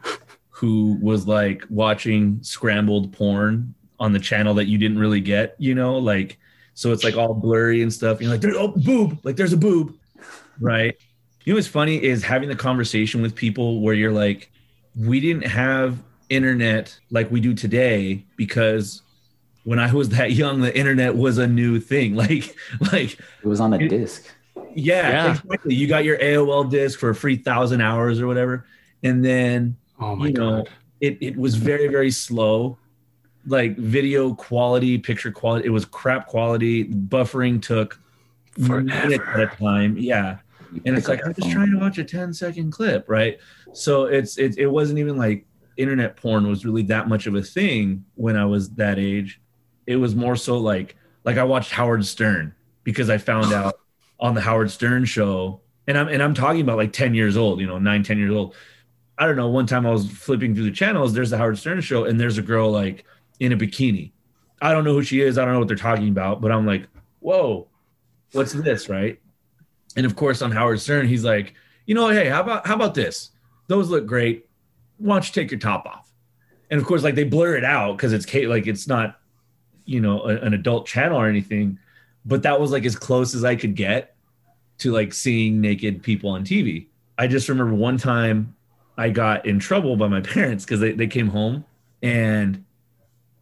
Speaker 4: who was like watching scrambled porn on the channel that you didn't really get, you know, like so it's like all blurry and stuff. You're like, there's oh boob, like there's a boob. Right. You know what's funny is having the conversation with people where you're like, we didn't have internet like we do today because when I was that young, the internet was a new thing. Like, like
Speaker 3: It was on a
Speaker 4: It-
Speaker 3: disc.
Speaker 4: yeah,
Speaker 1: Yeah.
Speaker 4: exactly. You got your AOL disc for a free thousand hours or whatever, and then
Speaker 1: Oh my
Speaker 4: You know,
Speaker 1: god.
Speaker 4: it it was very very slow, like video quality, picture quality. It was crap quality. Buffering took minutes at
Speaker 1: Forever.
Speaker 4: a time. Yeah,
Speaker 3: You
Speaker 4: and
Speaker 3: pick
Speaker 4: it's
Speaker 3: up
Speaker 4: like
Speaker 3: the
Speaker 4: I'm just
Speaker 3: phone.
Speaker 4: trying to watch a 10 second clip, right? So it's it it wasn't even like internet porn was really that much of a thing when I was that age. It was more so like like I watched Howard Stern because I found out on the Howard Stern show and I'm and I'm talking about like 10 years old, you know, 9 10 years old. I don't know, one time I was flipping through the channels, there's the Howard Stern show and there's a girl like in a bikini. I don't know who she is. I don't know what they're talking about, but I'm like, whoa, what's this, right? And of course, on Howard Stern, he's like, you know, hey, how about how about this? Those look great. Why don't you take your top off? And of course, like they blur it out because it's Kate, like it's not, you know, a- an adult channel or anything. But that was like as close as I could get to like seeing naked people on TV. I just remember one time I got in trouble by my parents because they, they came home and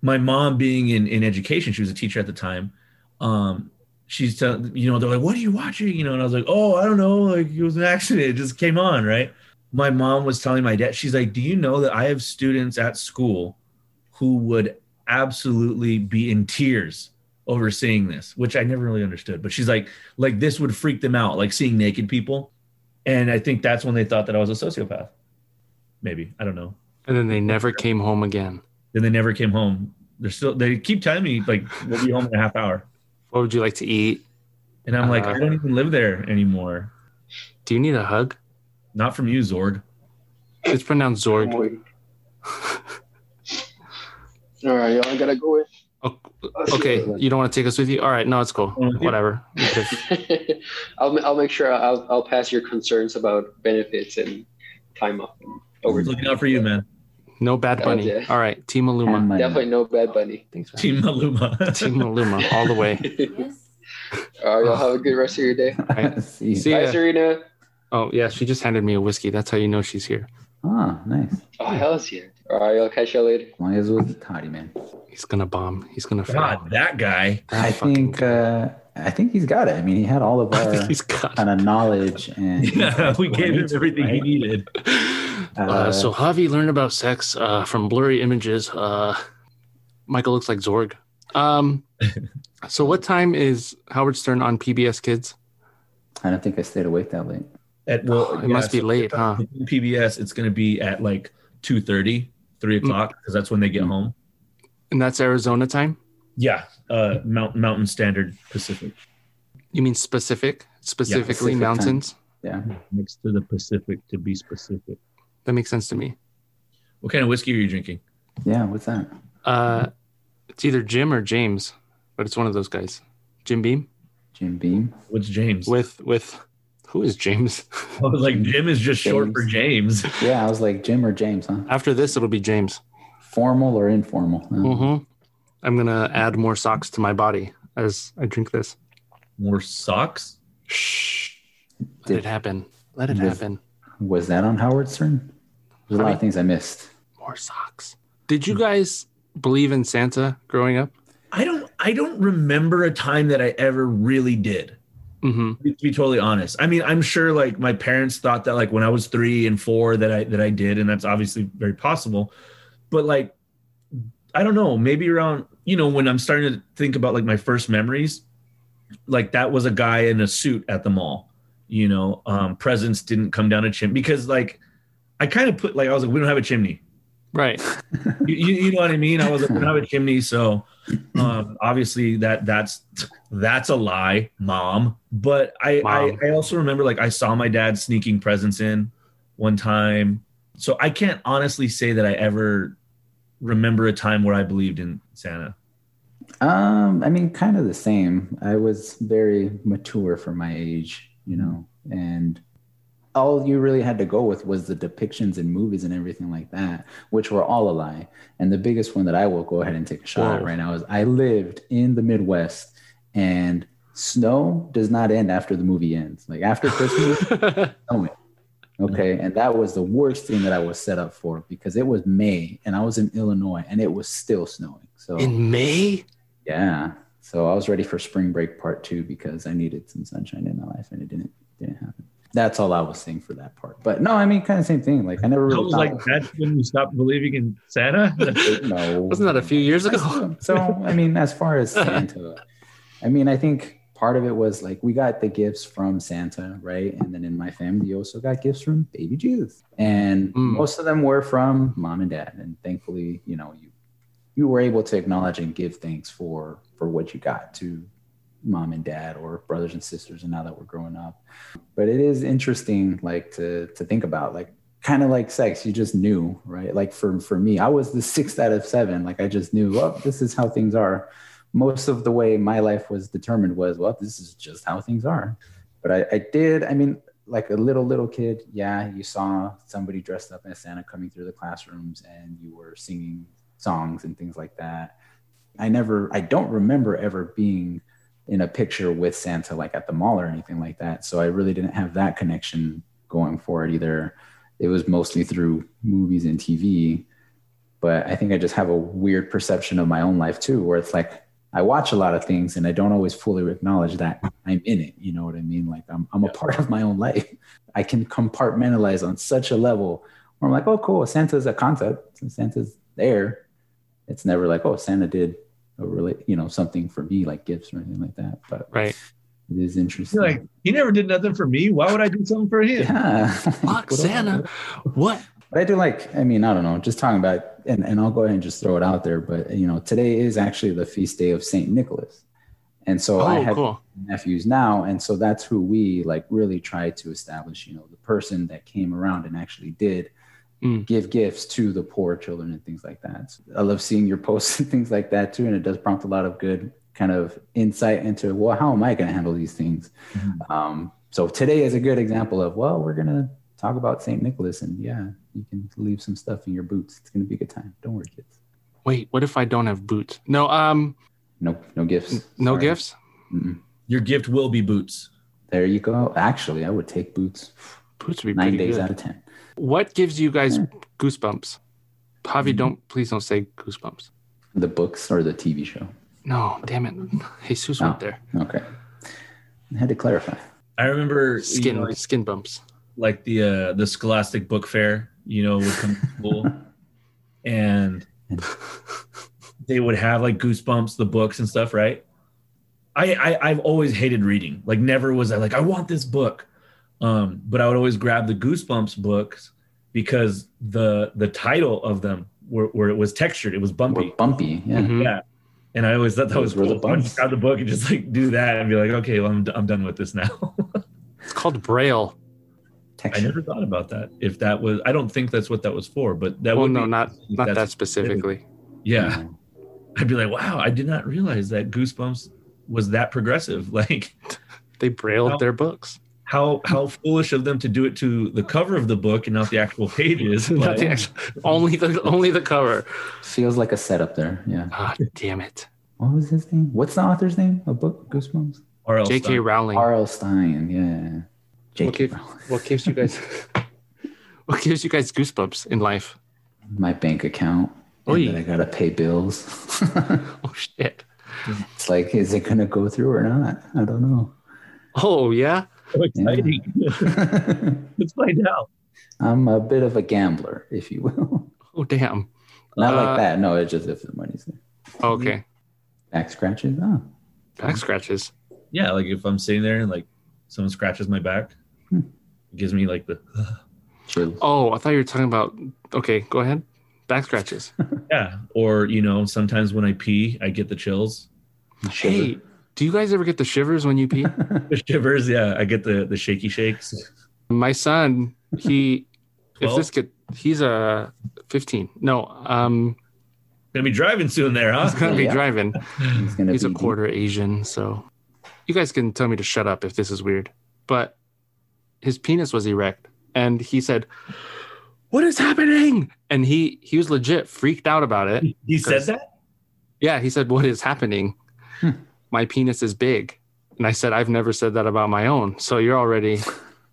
Speaker 4: my mom being in, in education, she was a teacher at the time. Um, she's tell, you know, they're like, what are you watching? You know, and I was like, Oh, I don't know. Like it was an accident. It just came on. Right. My mom was telling my dad, she's like, do you know that I have students at school who would absolutely be in tears over seeing this, which I never really understood, but she's like, like this would freak them out, like seeing naked people. And I think that's when they thought that I was a sociopath. Maybe. I don't know
Speaker 1: And then they never came home again.
Speaker 4: then they never came home. They're still they keep telling me like we'll be home in a half hour,
Speaker 1: What would you like to eat?
Speaker 4: and I'm like
Speaker 1: Uh-huh.
Speaker 4: I don't even live there anymore.
Speaker 1: Do you need a hug?
Speaker 4: Not from you, Zorg.
Speaker 1: It's pronounced Zorg.
Speaker 5: Wait. All right, y'all. I gotta go with.
Speaker 1: O- Okay, you don't want to take us with you? All right, no, it's cool.
Speaker 4: Mhm.
Speaker 1: Whatever. We could-
Speaker 5: I'll I'll make sure I'll I'll pass your concerns about benefits and time off over.
Speaker 4: Always looking out for you, man.
Speaker 1: No bad bunny.
Speaker 5: Okay.
Speaker 1: All right, Team
Speaker 3: And
Speaker 1: Aluma.
Speaker 3: my-
Speaker 5: Definitely no bad bunny.
Speaker 1: Thanks, man.
Speaker 4: Team Maluma.
Speaker 1: Team Aluma, all the way.
Speaker 7: Yes.
Speaker 5: All right, y'all have a good rest of your day.
Speaker 1: Right.
Speaker 3: See.
Speaker 1: See
Speaker 5: Bye,
Speaker 1: ya.
Speaker 5: Serena.
Speaker 1: Oh yeah, she just handed me a whiskey. That's how you know she's here.
Speaker 3: Ah, nice.
Speaker 5: Oh, hell's yeah. All right, y'all. Catch y'all later.
Speaker 3: As long as it was toddy, man.
Speaker 1: He's gonna bomb. He's gonna fail.
Speaker 4: God, that guy.
Speaker 1: That
Speaker 3: I
Speaker 1: fucking
Speaker 3: think
Speaker 1: guy.
Speaker 3: uh, I think he's got it. I mean, he had all of
Speaker 1: I
Speaker 3: our
Speaker 1: think he's got.
Speaker 3: kind of knowledge and
Speaker 4: Yeah, we gave him everything he
Speaker 3: Right?
Speaker 4: needed.
Speaker 3: Uh,
Speaker 1: Uh, so Javi learned about sex uh, from blurry images. Uh, Michael looks like Zorg. Um, so what time is Howard Stern on PBS Kids?
Speaker 3: I don't think I stayed awake that late.
Speaker 4: At, well,
Speaker 1: Oh, it must be
Speaker 4: so
Speaker 1: late, huh?
Speaker 4: in PBS. It's going to be at like 2.30, 3 o'clock because that's when they get home.
Speaker 1: And that's Arizona time.
Speaker 4: Yeah, uh, Mount, Mountain Standard Pacific
Speaker 1: You mean specific, specifically
Speaker 3: Pacific time.
Speaker 1: mountains?
Speaker 3: Yeah.
Speaker 4: next to the Pacific to be specific.
Speaker 1: That makes sense to me.
Speaker 4: What kind of whiskey are you drinking?
Speaker 3: Yeah. What's that?
Speaker 1: Uh, it's either Jim or James, but it's one of those guys. Jim Beam
Speaker 3: Jim Beam.
Speaker 4: What's James?
Speaker 1: with with who is James?
Speaker 4: I was like, Jim is just short
Speaker 3: James.
Speaker 4: for James.
Speaker 3: Yeah. I was like Jim or James, huh?
Speaker 1: After this, it'll be James.
Speaker 3: Formal or informal? Uh,
Speaker 1: Mm-hmm. I'm gonna add more socks to my body as I drink this.
Speaker 4: More socks?
Speaker 1: Shh. Let
Speaker 3: Did-
Speaker 1: it happen. Let it
Speaker 3: Did-
Speaker 1: happen.
Speaker 3: Was that on Howard Stern? There's a lot of things I missed.
Speaker 1: More socks. Did you guys believe in Santa growing up?
Speaker 4: I don't I don't remember a time that I ever really did.
Speaker 1: Mm-hmm.
Speaker 4: To be totally honest. I mean, I'm sure like my parents thought that like when I was 3 and 4 that I that I did and that's obviously very possible. But like I don't know, maybe around, you know, when I'm starting to think about like my first memories, like that was a guy in a suit at the mall. You know, um presents didn't come down a chimney because like I kind of put like I was like we don't have a chimney.
Speaker 1: Right.
Speaker 4: you, you, you know what I mean? I was like, I have a chimney, so um, obviously that that's that's a lie, mom. But I,
Speaker 1: Mom.
Speaker 4: I I also remember like I saw my dad sneaking presents in one time, so I can't honestly say that I ever remember a time where I believed in Santa.
Speaker 3: Um, I mean, kind of the same. I was very mature for my age, you know, and all you really had to go with was the depictions in movies and everything like that, which were all a lie. And the biggest one that I will go ahead and take a shot at
Speaker 1: Whoa.
Speaker 3: right now is I lived in the Midwest and snow does not end after the movie ends. Like after Christmas, Okay.
Speaker 1: Mm-hmm.
Speaker 3: And that was the worst thing that I was set up for because it was May and I was in Illinois and it was still snowing. So
Speaker 1: in May?
Speaker 3: yeah. So I was ready for spring break part two because I needed some sunshine in my life and it didn't didn't happen. That's all I was saying for that part. But no, I mean kind of same thing. Like I never
Speaker 4: I
Speaker 3: really
Speaker 4: was
Speaker 3: thought
Speaker 4: like, that's when you stopped believing in Santa.
Speaker 3: no.
Speaker 1: Wasn't that a few years ago?
Speaker 3: So I mean, as far as Santa, I mean, I think part of it was like we got the gifts from Santa, right? And then in my family, you also got gifts from baby Jesus, and
Speaker 1: Mm.
Speaker 3: most of them were from mom and dad. And thankfully, you know, you you were able to acknowledge and give thanks for for what you got to mom and dad or brothers and sisters and now that we're growing up but it is interesting like to to think about like kind of like sex you just knew right like for for me i was the sixth out of seven like i just knew well this is how things are most of the way my life was determined was well this is just how things are but i, I did i mean like a little little kid yeah you saw somebody dressed up as santa coming through the classrooms and you were singing songs and things like that i never i don't remember ever being in a picture with santa like at the mall or anything like that so i really didn't have that connection going for it either it was mostly through movies and TV. But I think I just have a weird perception of my own life too, where it's like I watch a lot of things and I don't always fully acknowledge that I'm in it. You know what I mean? Like I'm, I'm a part of my own life. I can compartmentalize on such a level where I'm like, oh, cool, Santa's a concept. Santa's there. It's never like, oh, Santa did a really, you know, something for me, like gifts or anything like that. But
Speaker 1: Right.
Speaker 3: it is interesting.
Speaker 4: You're like, he never did nothing for me. Why would I do something for him?
Speaker 3: yeah.
Speaker 1: Fuck
Speaker 3: What do I
Speaker 1: Santa. What?
Speaker 3: But I do like, I mean, I don't know, just talking about, and, and I'll go ahead and just throw it out there. But, you know, today is actually the feast day of St. Nicholas. And so I
Speaker 1: Oh,
Speaker 3: have
Speaker 1: cool.
Speaker 3: nephews now. And so that's who we like really try to establish, you know, the person that came around and actually did
Speaker 1: Mm.
Speaker 3: give gifts to the poor children and things like that. So I love seeing your posts and things like that too. And it does prompt a lot of good kind of insight into, well, how am I going to handle these things?
Speaker 4: Mhm.
Speaker 3: Um, so today is a good example of, well, we're going to talk about St. Nicholas and yeah, you can leave some stuff in your boots. It's going to be a good time. Don't worry, kids.
Speaker 1: Wait, what if I don't have boots? No, um,
Speaker 3: Nope, no gifts.
Speaker 1: no
Speaker 3: Sorry.
Speaker 1: gifts.
Speaker 3: Mm-mm.
Speaker 4: Your gift will be boots.
Speaker 3: There you go. Actually, I would take boots
Speaker 1: Boots would be
Speaker 3: nine
Speaker 1: pretty
Speaker 3: days
Speaker 1: good.
Speaker 3: out Hmm. of 10.
Speaker 1: What gives you guys goosebumps?
Speaker 3: Hmm.
Speaker 1: Javi, don't please don't say goosebumps.
Speaker 3: The books or the TV show?
Speaker 1: No, damn it. Jesus
Speaker 3: No.
Speaker 1: went there.
Speaker 3: Okay. I had to clarify.
Speaker 4: I remember you
Speaker 1: Skin
Speaker 4: know,
Speaker 1: skin bumps.
Speaker 4: like the uh, the Scholastic Book Fair, you know, would come to school, and they would have like Goosebumps, the books and stuff, right? I, I I've always hated reading. Like, never was I like I want this book, um, but I would always grab the Goosebumps books because the the title of them were, were it was textured, it was bumpy.
Speaker 3: Bumpy. bumpy. Yeah.
Speaker 1: Mhm.
Speaker 4: Yeah. And I always thought that
Speaker 3: Those
Speaker 4: was
Speaker 3: were the
Speaker 4: cool. I would
Speaker 3: bumps.
Speaker 4: just grab the book and just like do that and be like, okay, well, I'm, d- I'm done with this now.
Speaker 1: It's called braille.
Speaker 4: I
Speaker 3: Texture.
Speaker 4: never thought about that. If that was, I don't think that's what that was for, but that
Speaker 1: Well,
Speaker 4: would
Speaker 1: no,
Speaker 4: be-
Speaker 1: not
Speaker 4: if
Speaker 1: not that
Speaker 4: that's-
Speaker 1: specifically.
Speaker 4: Yeah.
Speaker 3: Mhm.
Speaker 4: I'd be like, wow, I did not realize that Goosebumps was that progressive. Like,
Speaker 1: They brailled
Speaker 4: No.
Speaker 1: their books,
Speaker 4: how how foolish of them to do it to the cover of the book and not the actual pages.
Speaker 1: Not the
Speaker 4: Like,
Speaker 1: actual- only the only the cover.
Speaker 3: Feels like a setup there. Yeah.
Speaker 1: Ah, damn it.
Speaker 3: What was his name? What's the author's name? A book? Goosebumps?
Speaker 4: R.L.
Speaker 1: J.K.
Speaker 4: Stein.
Speaker 1: Rowling.
Speaker 3: R.L. Stein. Yeah.
Speaker 1: What
Speaker 3: J.K.
Speaker 1: gives,
Speaker 3: Rowling.
Speaker 1: what gives you guys what gives you guys goosebumps in life?
Speaker 3: My bank account.
Speaker 1: Oy.
Speaker 3: And that I got to pay bills.
Speaker 1: Oh shit.
Speaker 3: it's like, is it going to go through or not? I don't know.
Speaker 1: Oh yeah.
Speaker 4: So exciting. Let's find out.
Speaker 3: I'm a bit of a gambler, if you will.
Speaker 1: Oh damn.
Speaker 3: Not
Speaker 1: Uh,
Speaker 3: like that. No, it's just if the money's there.
Speaker 1: Okay.
Speaker 3: Back scratches. Oh,
Speaker 1: Back scratches.
Speaker 4: Yeah. Like, if I'm sitting there and like someone scratches my back,
Speaker 3: Hmm.
Speaker 4: it gives me like the,
Speaker 3: chill.
Speaker 1: Oh, I thought you were talking about okay, go ahead. Back scratches.
Speaker 4: yeah. Or, you know, sometimes when I pee, I get the chills.
Speaker 1: Hey, do you guys ever get the shivers when you pee?
Speaker 4: The shivers. Yeah. I get the, the shaky shakes.
Speaker 1: My son, he if
Speaker 4: Well-
Speaker 1: this kid he's a 15. No, um
Speaker 4: Gonna be driving soon there, huh?
Speaker 1: he's gonna be
Speaker 3: Yeah.
Speaker 1: driving.
Speaker 3: He's gonna
Speaker 1: He's a
Speaker 3: be deep.
Speaker 1: quarter Asian, so you guys can tell me to shut up if this is weird. But his penis was erect, and he said, "What is happening?" And he he was legit freaked out about it.
Speaker 4: He said that?
Speaker 1: Yeah, he said, "What is happening?
Speaker 3: Hmm.
Speaker 1: My penis is big." And I said, "I've never said that about my own." So you're already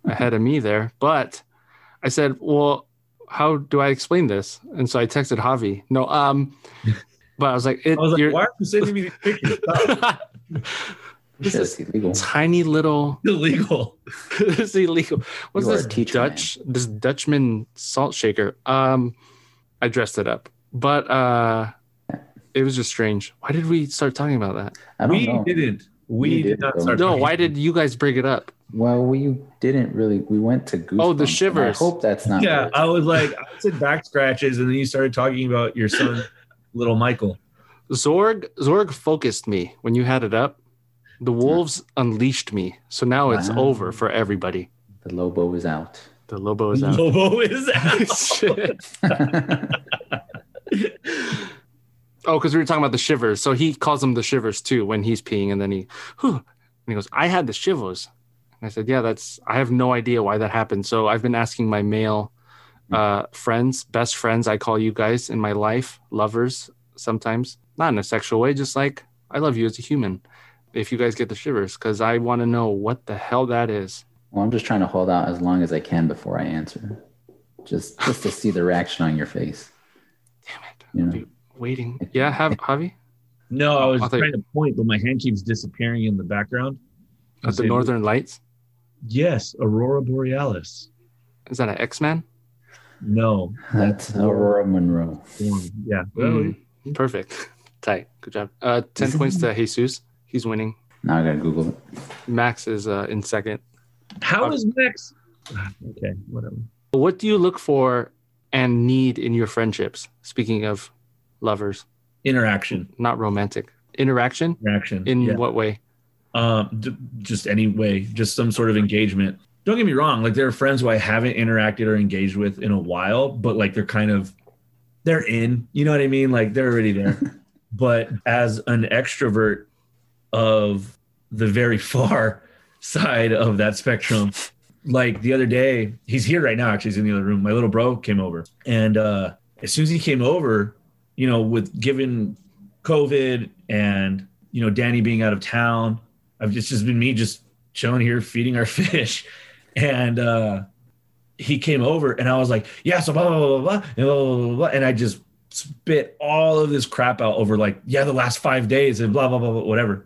Speaker 1: ahead of me there. But I said, "Well, how do I explain this?" And so I texted Javi. No, um, but I was like, it,
Speaker 4: I was like,
Speaker 1: you're-
Speaker 4: why are you sending me these pictures? Stop.
Speaker 1: This
Speaker 3: Shit,
Speaker 1: is
Speaker 3: it's illegal.
Speaker 1: tiny little
Speaker 4: Illegal.
Speaker 1: this is illegal. What's
Speaker 3: You are a
Speaker 1: this
Speaker 3: teacher,
Speaker 1: Dutch this Dutchman salt shaker? Um I dressed it up. But uh it was just strange. Why did we start talking about that?
Speaker 3: I don't
Speaker 4: We
Speaker 3: know.
Speaker 4: didn't. We,
Speaker 3: We
Speaker 4: did
Speaker 3: didn't,
Speaker 4: not
Speaker 3: though.
Speaker 4: start.
Speaker 1: No,
Speaker 4: talking.
Speaker 1: why did you guys bring it up?
Speaker 3: Well, we didn't really. We went to Goosebumps.
Speaker 1: Oh, the
Speaker 3: and I
Speaker 1: shivers.
Speaker 3: hope that's not.
Speaker 4: Yeah,
Speaker 3: weird.
Speaker 4: I was like, I said back scratches, and then you started talking about your son, little Michael.
Speaker 1: Zorg Zorg focused me when you had it up. The wolves unleashed me. So now it's
Speaker 3: Wow.
Speaker 1: over for everybody.
Speaker 3: the Lobo is out.
Speaker 1: The Lobo is out.
Speaker 4: Lobo is out.
Speaker 1: Shit. Oh, because we were talking about the shivers. So he calls them the shivers too when he's peeing, and then he, whew, and he goes, "I had the shivers." And I said, "Yeah, that's. I have no idea why that happened. So I've been asking my male uh, friends, best friends, I call you guys in my life, lovers sometimes, not in a sexual way, just like I love you as a human. If you guys get the shivers, because I want to know what the hell that is.
Speaker 3: Well, I'm just trying to hold out as long as I can before I answer, just just to see the reaction on your face.
Speaker 1: Damn it,
Speaker 3: Yeah.
Speaker 1: I'll be waiting. Yeah, have Javi
Speaker 4: No, I was
Speaker 1: I thought-
Speaker 4: trying to point, but my hand keeps disappearing in the background.
Speaker 1: at the
Speaker 4: Is it-
Speaker 1: Northern Lights.
Speaker 4: Yes, Aurora Borealis.
Speaker 1: Is that an X Man?
Speaker 4: No.
Speaker 3: That's Aurora Monroe.
Speaker 4: one. Yeah.
Speaker 1: Mm, Perfect. Tight. Good job. Uh, 10 points to Jesus. He's winning.
Speaker 3: Now I gotta Google it.
Speaker 1: Max is uh, in second.
Speaker 4: How is Max? Okay, whatever.
Speaker 1: What do you look for and need in your friendships? Speaking of lovers,
Speaker 4: Interaction.
Speaker 1: not romantic. Interaction?
Speaker 4: Interaction.
Speaker 1: In
Speaker 4: yeah.
Speaker 1: what way?
Speaker 4: um d- just any way just some sort of engagement don't get me wrong like there are friends who i haven't interacted or engaged with in a while but like they're kind of they're in you know what i mean like they're already there but as an extrovert of the very far side of that spectrum like the other day he's here right now actually he's in the other room my little bro came over and uh as soon as he came over you know with given covid and you know danny being out of town I've just, just been me just chilling here feeding our fish. And uh he came over and I was like, yeah, so blah blah blah blah blah and blah blah blah, blah. And I just spit all of this crap out over like, yeah, the last five days and blah blah blah, blah whatever.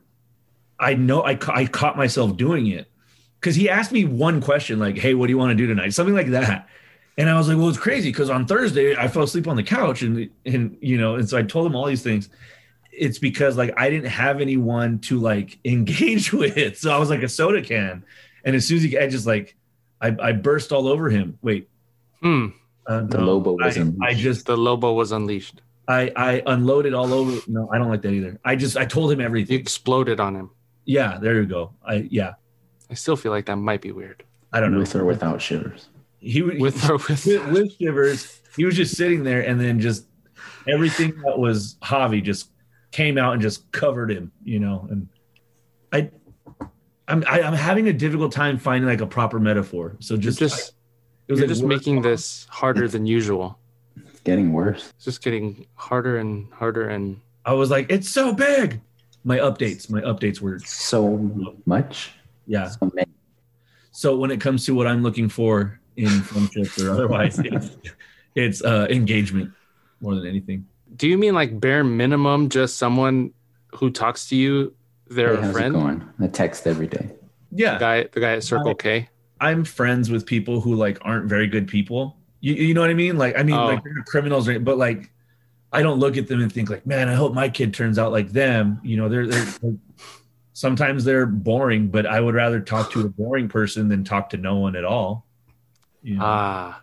Speaker 4: I know I, ca- I caught myself doing it because he asked me one question like, hey, what do you want to do tonight? Something like that. And I was like, well, it's crazy because on Thursday I fell asleep on the couch and and you know, and so I told him all these things it's because like I didn't have anyone to like engage with. So I was like a soda can. And as soon as he, I just like, I, I burst all over him. Wait.
Speaker 1: Hmm.
Speaker 4: Uh,
Speaker 3: The
Speaker 4: no.
Speaker 3: Lobo was
Speaker 4: I,
Speaker 3: in.
Speaker 4: I just,
Speaker 1: The Lobo was unleashed.
Speaker 4: I, I unloaded all over. No, I don't like that either. I just, I told him
Speaker 1: You
Speaker 4: everything.
Speaker 1: exploded on him.
Speaker 4: Yeah, there you go. I, yeah,
Speaker 1: I still feel like that might be weird.
Speaker 4: I don't know.
Speaker 3: With or without shivers.
Speaker 4: He would,
Speaker 1: With or with.
Speaker 4: with, with shivers, he was just sitting there and then just everything that was Javi just came out and just covered him, you know. And I, I'm I, I'm having a difficult time finding like a proper metaphor. So
Speaker 1: You're
Speaker 4: just,
Speaker 1: just,
Speaker 4: it was
Speaker 1: you're
Speaker 4: like
Speaker 1: just
Speaker 4: words-
Speaker 1: making this harder than usual.
Speaker 3: It's getting worse.
Speaker 1: It's just getting harder and harder and
Speaker 4: I was like, it's so big. My updates, my updates were
Speaker 3: So much.
Speaker 4: yeah.
Speaker 3: So many.
Speaker 4: So when it comes to what I'm looking for in friendships or otherwise, it's, it's uh, engagement more than anything.
Speaker 1: Do you mean like bare minimum, just someone who talks to you,
Speaker 3: Hey,
Speaker 1: their
Speaker 3: how's it
Speaker 1: friend?
Speaker 3: going? I text every day.
Speaker 4: Yeah,
Speaker 1: The guy, the guy at Circle K.
Speaker 4: I'm friends with people who like aren't very good people. You, you know what I mean? Like I mean
Speaker 1: Oh.
Speaker 4: like they're not criminals, or- but like I don't look at them and think like, man, I hope my kid turns out like them. You know, they're they're they're- sometimes they're boring, but I would rather talk to a boring person than talk to no one at all. You know?
Speaker 1: Ah,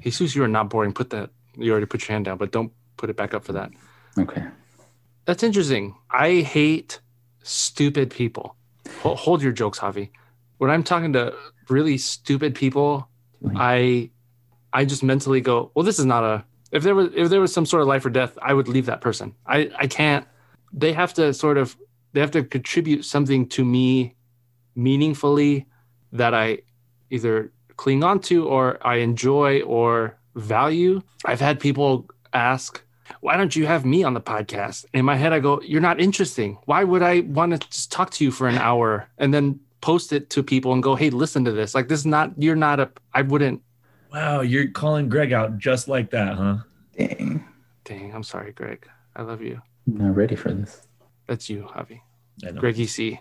Speaker 1: Jesus, you are not boring. Put that. You already put your hand down, but don't put it back up for that.
Speaker 3: Okay.
Speaker 1: That's interesting. I hate stupid people. Ho- hold your jokes, Javi. When I'm talking to really stupid people, I, I just mentally go, well, this is not a. If there was if there was some sort of life or death, I would leave that person. I I can't. They have to sort of they have to contribute something to me meaningfully that I either cling on to or I enjoy or value. I've had people ask, why don't you have me on the podcast? In my head, I go, you're not interesting. Why would I want to just talk to you for an hour and then post it to people and go, hey, listen to this? Like, this is not, you're not a, I wouldn't,
Speaker 4: Wow, you're calling Greg out just like that, huh?
Speaker 3: Dang.
Speaker 1: dang, I'm sorry, Greg. I love you.
Speaker 3: I'm not ready for this.
Speaker 1: That's you, Javi.
Speaker 4: I know.
Speaker 1: Greg EC.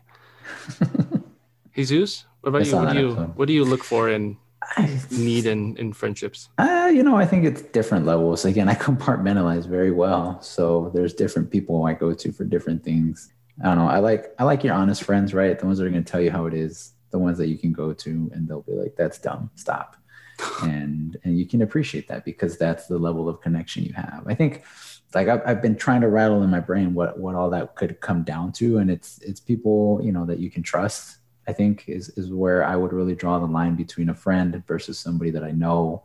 Speaker 1: Jesus, what
Speaker 3: I
Speaker 1: about you?
Speaker 3: saw
Speaker 1: What
Speaker 3: that
Speaker 1: do you,
Speaker 3: episode.
Speaker 1: what do you look for in
Speaker 3: I,
Speaker 1: need in, in friendships?
Speaker 3: Uh, you know, I think it's different levels. Again, I compartmentalize very well, so there's different people I go to for different things. I don't know. I like I like your honest friends, right? The ones that are going to tell you how it is, the ones that you can go to and they'll be like, "That's dumb, stop," and and you can appreciate that because that's the level of connection you have. I think, like I've, I've been trying to rattle in my brain what what all that could come down to, and it's it's people you know that you can trust I think is is where I would really draw the line between a friend versus somebody that I know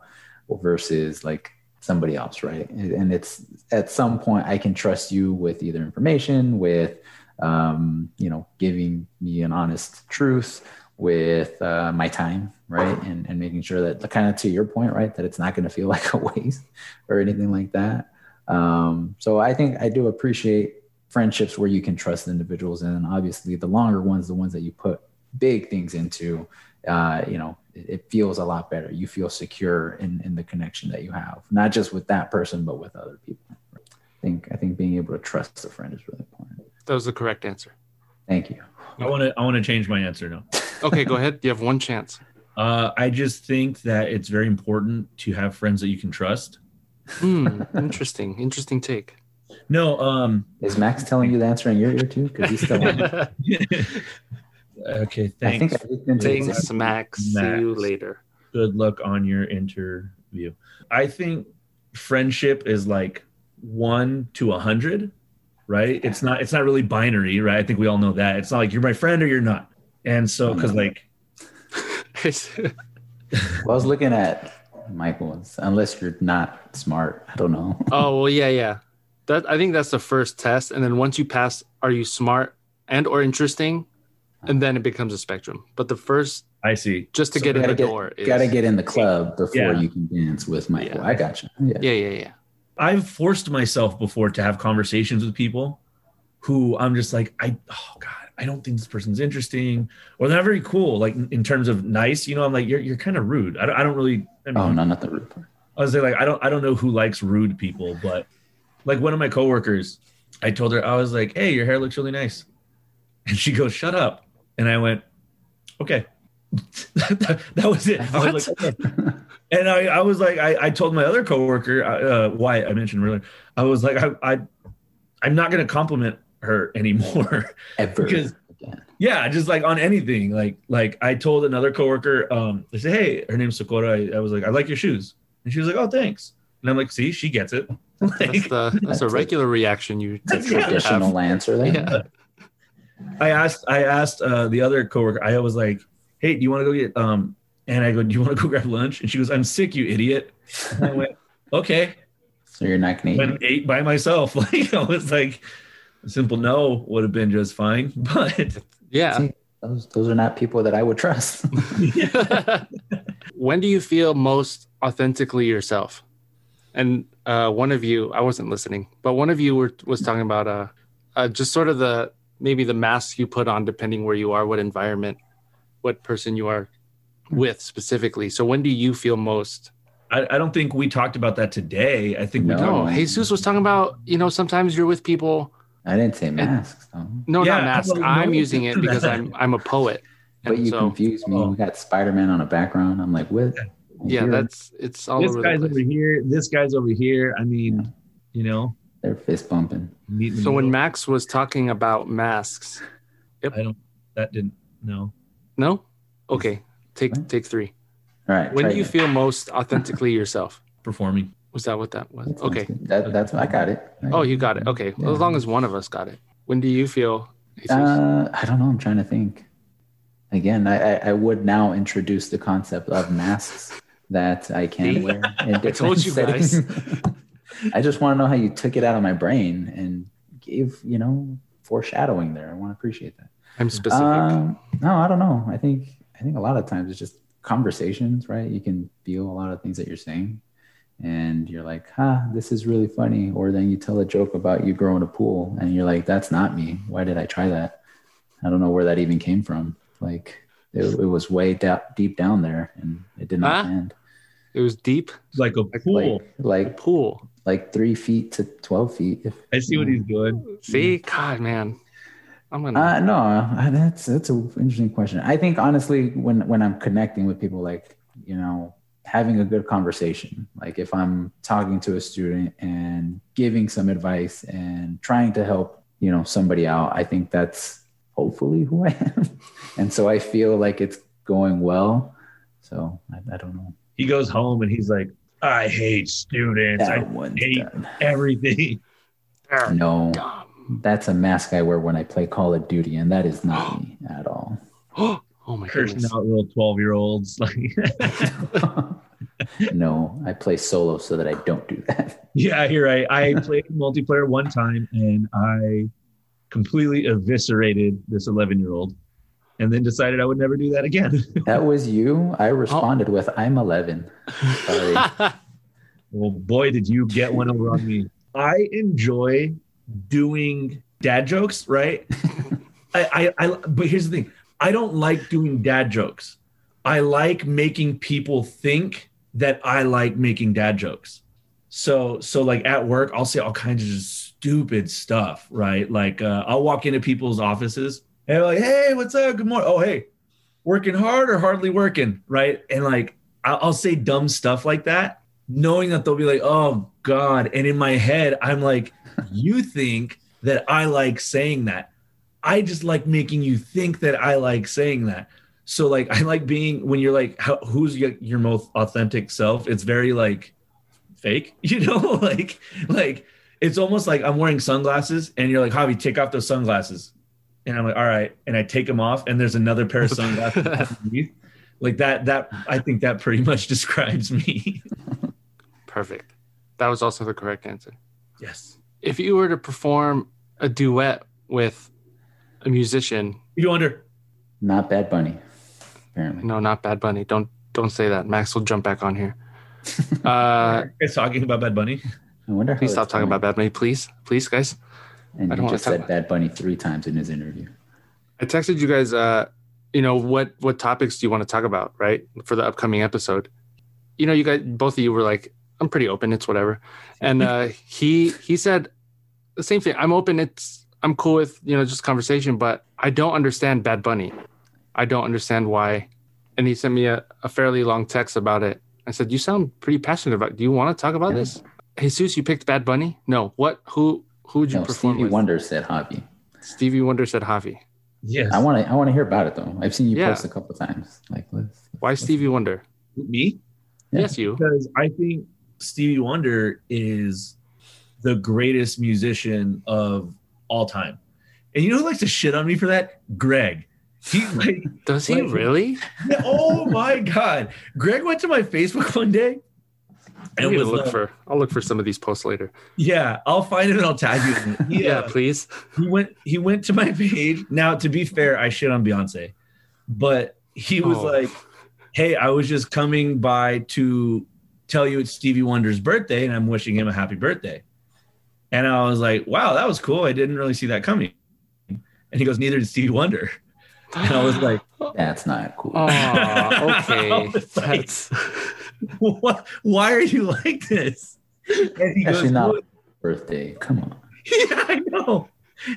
Speaker 3: versus like somebody else, right? And and it's at some point I can trust you with either information, with um, you know, giving me an honest truth, with uh, my time, right? And and making sure that kind of to your point, right, that it's not going to feel like a waste or anything like that. Um, so I think I do appreciate friendships where you can trust individuals, and obviously the longer ones, the ones that you put big things into, uh, you know, it, it feels a lot better. You feel secure in in the connection that you have, not just with that person, but with other people. I think I think being able to trust a friend is really important.
Speaker 1: That was the correct answer.
Speaker 3: Thank you.
Speaker 4: I want to I want to change my answer now.
Speaker 1: Okay, go ahead. You have one chance.
Speaker 4: Uh, I just think that it's very important to have friends that you can trust.
Speaker 1: Hmm, interesting. Interesting take.
Speaker 4: No, um,
Speaker 3: Is Max telling you the answer in your ear too? Because he's still. on.
Speaker 4: okay,
Speaker 3: I think
Speaker 4: thanks.
Speaker 3: I looked into the
Speaker 1: Thanks, Max. See you
Speaker 4: Max.
Speaker 1: later.
Speaker 4: Good luck on your interview. I think friendship is like one to a hundred, right? It's not it's not really binary, right? I think we all know that. It's not like you're my friend or you're not. And so because like
Speaker 3: Well, I was looking at Michael's, unless you're not smart. I don't know.
Speaker 1: Oh well, yeah, yeah. That I think that's the first test, and then once you pass, are you smart and or interesting, and then it becomes a spectrum. But the first,
Speaker 4: I see.
Speaker 1: just to
Speaker 4: So
Speaker 1: get in
Speaker 3: gotta
Speaker 1: the
Speaker 3: get-
Speaker 1: door, is
Speaker 3: Got to get in the club before
Speaker 4: Yeah.
Speaker 3: you can dance with Michael.
Speaker 1: Yeah.
Speaker 3: I got you. Yeah.
Speaker 1: Yeah, yeah, yeah.
Speaker 4: I've forced myself before to have conversations with people who I'm just like, I oh god, I don't think this person's interesting, or they're not very cool. Like in terms of nice, you know, I'm like, you're you're kind of rude. I don't, I don't really. I mean,
Speaker 3: Oh no, not the root part.
Speaker 4: I was like, I don't I don't know who likes rude people, but like one of my coworkers, I told her I was like, hey, your hair looks really nice, and she goes, shut up, and I went, okay. that, that was it. I was like, "Okay." and I, I was like, I, I told my other coworker, uh, Wyatt, I mentioned earlier, I was like, I, I I'm not gonna compliment her anymore.
Speaker 3: Ever.
Speaker 4: Because-
Speaker 3: again.
Speaker 4: Yeah, just like on anything. Like like I told another coworker, um, I said, Hey, her name's Sakura. I, I was like, I like your shoes. And she was like, Oh, thanks. And I'm like, see, she gets it.
Speaker 1: That's
Speaker 4: Like,
Speaker 1: the that's a regular reaction you
Speaker 4: That's
Speaker 1: typically
Speaker 3: Traditional
Speaker 1: have.
Speaker 3: answer there.
Speaker 1: Yeah.
Speaker 4: I asked I asked uh, the other coworker, I was like, Hey, do you want to go get um and I go, Do you want to go grab lunch? And she goes, I'm sick, you idiot. And I went, Okay.
Speaker 3: So you're not gonna eat.
Speaker 4: Went ate by myself. Like I was like a simple no would have been just fine. But
Speaker 1: Yeah.
Speaker 3: Those, those are not people that I would trust.
Speaker 1: when do you feel most authentically yourself? And uh, one of you, I wasn't listening, but one of you were was talking about uh, uh, just sort of the maybe the mask you put on depending where you are, what environment, what person you are with specifically. So when do you feel most?
Speaker 4: I, I don't think we talked about that today. I think we
Speaker 3: No.
Speaker 4: talked
Speaker 1: No, oh, Jesus was talking about you know sometimes you're with people.
Speaker 3: I didn't say masks, though.
Speaker 1: No,
Speaker 4: Yeah,
Speaker 1: not mask.
Speaker 4: well, no.
Speaker 1: I'm using it because I'm I'm a poet.
Speaker 3: But
Speaker 1: And
Speaker 3: you
Speaker 1: so
Speaker 3: confused me.
Speaker 4: Oh.
Speaker 3: You got Spider Man on a background. I'm like, what?
Speaker 1: yeah,
Speaker 3: You're-
Speaker 1: that's it's all
Speaker 4: this
Speaker 1: over
Speaker 4: guy's
Speaker 1: the
Speaker 4: over
Speaker 1: place.
Speaker 4: here. This guy's over here. I mean,
Speaker 3: Yeah.
Speaker 4: you know.
Speaker 3: they're fist bumping.
Speaker 4: meet in the
Speaker 1: So when
Speaker 4: middle.
Speaker 1: Max was talking about masks,
Speaker 4: I don't, that didn't. No.
Speaker 1: no, okay, take
Speaker 3: What?
Speaker 1: take three.
Speaker 3: All right.
Speaker 1: When
Speaker 3: try
Speaker 1: do you
Speaker 3: again.
Speaker 1: feel most authentically yourself?
Speaker 4: Performing.
Speaker 1: Was that what that was?
Speaker 3: That sounds
Speaker 1: Okay.
Speaker 3: good. That, that's I got it.
Speaker 1: Oh, you got it. Okay. Well, as
Speaker 3: Yeah.
Speaker 1: long as one of us got it. When do you feel? Jesus?
Speaker 3: Uh, I don't know. I'm trying to think. Again, I, I, I would now introduce the concept of masks that I
Speaker 1: See?
Speaker 3: can wear. In different
Speaker 1: told you guys.
Speaker 3: settings. I just want to know how you took it out of my brain and gave, you know, foreshadowing there. I want to appreciate that.
Speaker 1: I'm specific.
Speaker 3: Um, no, I don't know. I think I think a lot of times it's just conversations, right? You can feel a lot of things that you're saying, and you're like, "Huh, this is really funny," or then you tell a joke about you growing a pool, and you're like, "That's not me. Why did I try that? I don't know where that even came from. Like, it, it was way da- deep down there, and it did not
Speaker 1: Huh?
Speaker 3: land.
Speaker 1: it was deep.
Speaker 4: Like a pool.
Speaker 1: A
Speaker 3: Like,
Speaker 1: pool.
Speaker 3: like three feet to twelve feet. If
Speaker 4: I see what he's doing.
Speaker 1: See, God, man, I'm gonna.
Speaker 3: Mm. Uh, no, I- that's that's an interesting question. I think honestly, when when I'm connecting with people, like you know, having a good conversation, like if I'm talking to a student and giving some advice and trying to help, you know, somebody out, I think that's hopefully who I am, and so I feel like it's going well. So I, I don't know.
Speaker 4: He goes home and he's like, I hate students. I
Speaker 3: That one's
Speaker 4: hate-
Speaker 3: done.
Speaker 4: everything.
Speaker 1: Arr,
Speaker 3: No,
Speaker 1: dumb.
Speaker 3: that's a mask I wear when I play Call of Duty, and that is not me at all.
Speaker 1: Oh, Oh my
Speaker 4: cursing
Speaker 1: goodness.
Speaker 4: out little 12 year olds. Like,
Speaker 3: no, I play solo so that I don't do that.
Speaker 4: yeah, you're right. I played multiplayer one time and I completely eviscerated this 11 year old and then decided I would never do that again.
Speaker 3: That was you. I responded with, I'm 11. Sorry.
Speaker 4: Well, boy, did you get one over on me. I enjoy doing dad jokes, right? I, I, I, but here's the thing I don't like doing dad jokes. I like making people think that I like making dad jokes. So, so like at work, I'll say all kinds of just stupid stuff, right? Like, uh, I'll walk into people's offices and they're like, hey, what's up? Good morning. Oh, hey, working hard or hardly working, right? And like, I'll, I'll say dumb stuff like that knowing that they'll be like, oh God. And in my head, I'm like, you think that I like saying that. I just like making you think that I like saying that. So like I like being when you're like how, who's your, your most authentic self it's very like fake you know like like it's almost like I'm wearing sunglasses and you're like Javi take off those sunglasses and I'm like all right and I take them off and there's another pair of sunglasses underneath. like that that I think that pretty much describes me
Speaker 1: Perfect. That was also the correct answer.
Speaker 4: yes
Speaker 1: If you were to perform a duet with a musician,
Speaker 4: you under
Speaker 3: Not Bad Bunny, apparently.
Speaker 1: no, not Bad Bunny. Don't don't say that. Max will jump back on here. Uh,
Speaker 4: It's talking about Bad Bunny.
Speaker 3: I wonder how
Speaker 1: please stop
Speaker 3: it's
Speaker 1: talking
Speaker 3: going.
Speaker 1: about Bad Bunny, please, please, guys.
Speaker 3: And
Speaker 1: I
Speaker 3: he
Speaker 1: don't wanna
Speaker 3: just
Speaker 1: talk
Speaker 3: said
Speaker 1: about-
Speaker 3: Bad Bunny three times in his interview.
Speaker 1: I texted you guys. Uh, you know what what topics do you want to talk about, right, for the upcoming episode? You know, you guys, both of you were like, "I'm pretty open. It's whatever," and uh, he he said the same thing. I'm open. It's I'm cool with you know just conversation, but I don't understand Bad Bunny. I don't understand why. And he sent me a, a fairly long text about it. I said, "You sound pretty passionate about. Do you want to talk about
Speaker 3: Yeah.
Speaker 1: this?" Jesus, you picked Bad Bunny? No. What? Who? Who would you
Speaker 3: No,
Speaker 1: perform
Speaker 3: Stevie
Speaker 1: with?
Speaker 3: Wonder said Javi.
Speaker 1: Stevie Wonder said Javi.
Speaker 4: Yes.
Speaker 3: I want to. I want to hear about it though. I've seen you
Speaker 1: Yeah.
Speaker 3: post a couple times. Like, let's,
Speaker 1: Why Stevie Wonder?
Speaker 4: me
Speaker 3: Yeah.
Speaker 1: Yes, you.
Speaker 4: because I think Stevie Wonder is the greatest musician of all time. And you know who likes to shit on me for that? Greg. He like,
Speaker 1: Does he
Speaker 4: Like-
Speaker 1: really?
Speaker 4: oh my god. Greg went to my Facebook one day
Speaker 1: I'm
Speaker 4: and
Speaker 1: gonna
Speaker 4: was uh,
Speaker 1: look
Speaker 4: like,
Speaker 1: for. I'll look for some of these posts later.
Speaker 4: yeah, I'll find him and I'll tag you. in it. He,
Speaker 1: Yeah,
Speaker 4: uh,
Speaker 1: please.
Speaker 4: he went he went to my page now to be fair i shit on beyonce but he was
Speaker 1: Oh.
Speaker 4: like hey i was just coming by to tell you it's stevie wonder's birthday and i'm wishing him a happy birthday and i was like wow that was cool i didn't really see that coming and he goes neither did stevie wonder and i was like
Speaker 3: that's not cool.
Speaker 1: Oh,
Speaker 4: I
Speaker 1: okay.
Speaker 4: was like-
Speaker 1: That's
Speaker 4: what why are you like this and he
Speaker 3: Actually,
Speaker 4: goes
Speaker 3: not
Speaker 4: "Well,
Speaker 3: birthday. Come on.
Speaker 4: yeah, I know.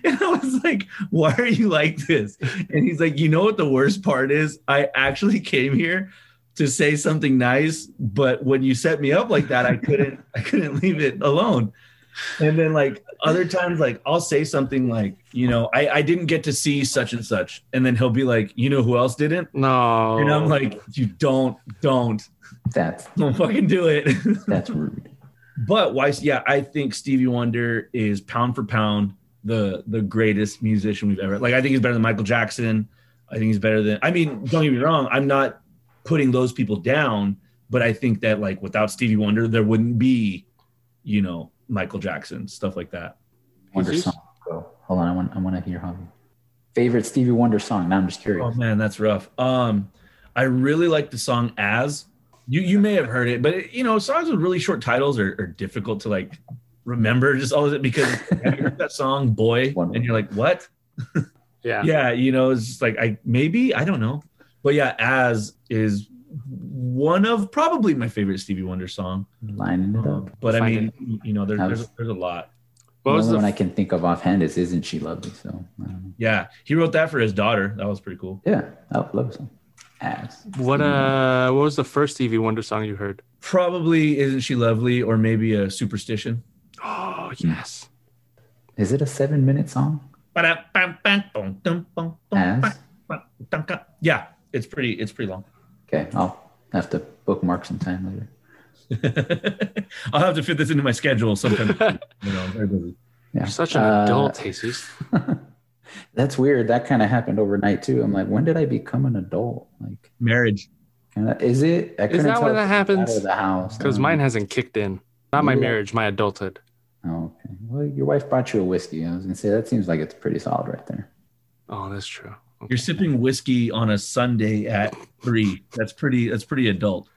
Speaker 4: And I was like, why are you like this? And he's like, you know what the worst part is? I actually came here to say something nice, but when you set me up like that, I couldn't I couldn't leave it alone. And then like other times, like I'll say something like, you know, I, I didn't get to see such and such. And then he'll be like, you know who else didn't?
Speaker 1: no.
Speaker 4: And I'm like, you don't, don't,
Speaker 3: That's
Speaker 4: don't fucking do it.
Speaker 3: that's rude.
Speaker 4: But why? Yeah, I think Stevie Wonder is pound for pound the the greatest musician we've ever. Like, I think he's better than Michael Jackson. I think he's better than. I mean, don't get me wrong. I'm not putting those people down, but I think that like without Stevie Wonder, there wouldn't be, you know, Michael Jackson stuff like that.
Speaker 3: Wonder
Speaker 1: Jesus.
Speaker 3: song. Go. Hold on. I want. I want to hear Javi. Favorite Stevie Wonder song. Now I'm just
Speaker 4: Oh
Speaker 3: curious.
Speaker 4: man, that's rough. Um, I really like the song "As." You you may have heard it, but you know, songs with really short titles are, are difficult to like remember just all of it because have you heard that song "Boy"
Speaker 3: One-
Speaker 4: and you're like, what?
Speaker 1: yeah.
Speaker 4: yeah you know it's just like i maybe i don't know but yeah as is one of probably my favorite stevie wonder song Um,
Speaker 3: Lining it up.
Speaker 4: but i mean
Speaker 1: Find
Speaker 4: you know there,
Speaker 3: That
Speaker 4: there's,
Speaker 3: was-
Speaker 4: there's a lot
Speaker 1: What
Speaker 3: the
Speaker 1: was
Speaker 3: only
Speaker 1: the?
Speaker 3: one I can think of offhand is "Isn't She Lovely?" So I don't know.
Speaker 4: yeah he wrote that for his daughter that was pretty cool
Speaker 3: yeah, I love the song. Ass.
Speaker 1: what uh? What was the first Stevie Wonder song you heard?
Speaker 4: probably isn't she lovely or maybe a superstition
Speaker 1: Oh yes.
Speaker 3: Is it a seven-minute song?
Speaker 1: Oh.
Speaker 3: Ass.
Speaker 4: yeah it's pretty it's pretty long
Speaker 3: Okay, I'll have to bookmark some time later.
Speaker 4: i'll have to fit this into my schedule sometime you know, I'm very busy.
Speaker 3: Yeah.
Speaker 1: You're such an
Speaker 3: Uh,
Speaker 1: adult, Jesus.
Speaker 3: That's weird. That kind of happened overnight too. I'm like, when did I become an adult? Like,
Speaker 4: Marriage.
Speaker 3: kinda, is it? I couldn't
Speaker 1: that
Speaker 3: tell
Speaker 1: when
Speaker 3: if
Speaker 1: that
Speaker 3: it was
Speaker 1: happens?
Speaker 3: Out of the house.
Speaker 1: because
Speaker 3: Um,
Speaker 1: mine hasn't kicked in. Not my
Speaker 3: Yeah.
Speaker 1: marriage, my adulthood.
Speaker 3: Oh, okay. Well, your wife brought you a whiskey. I was gonna say that seems like it's pretty solid right there.
Speaker 1: Oh, that's true.
Speaker 4: You're sipping whiskey on a Sunday at three. That's pretty. That's pretty adult.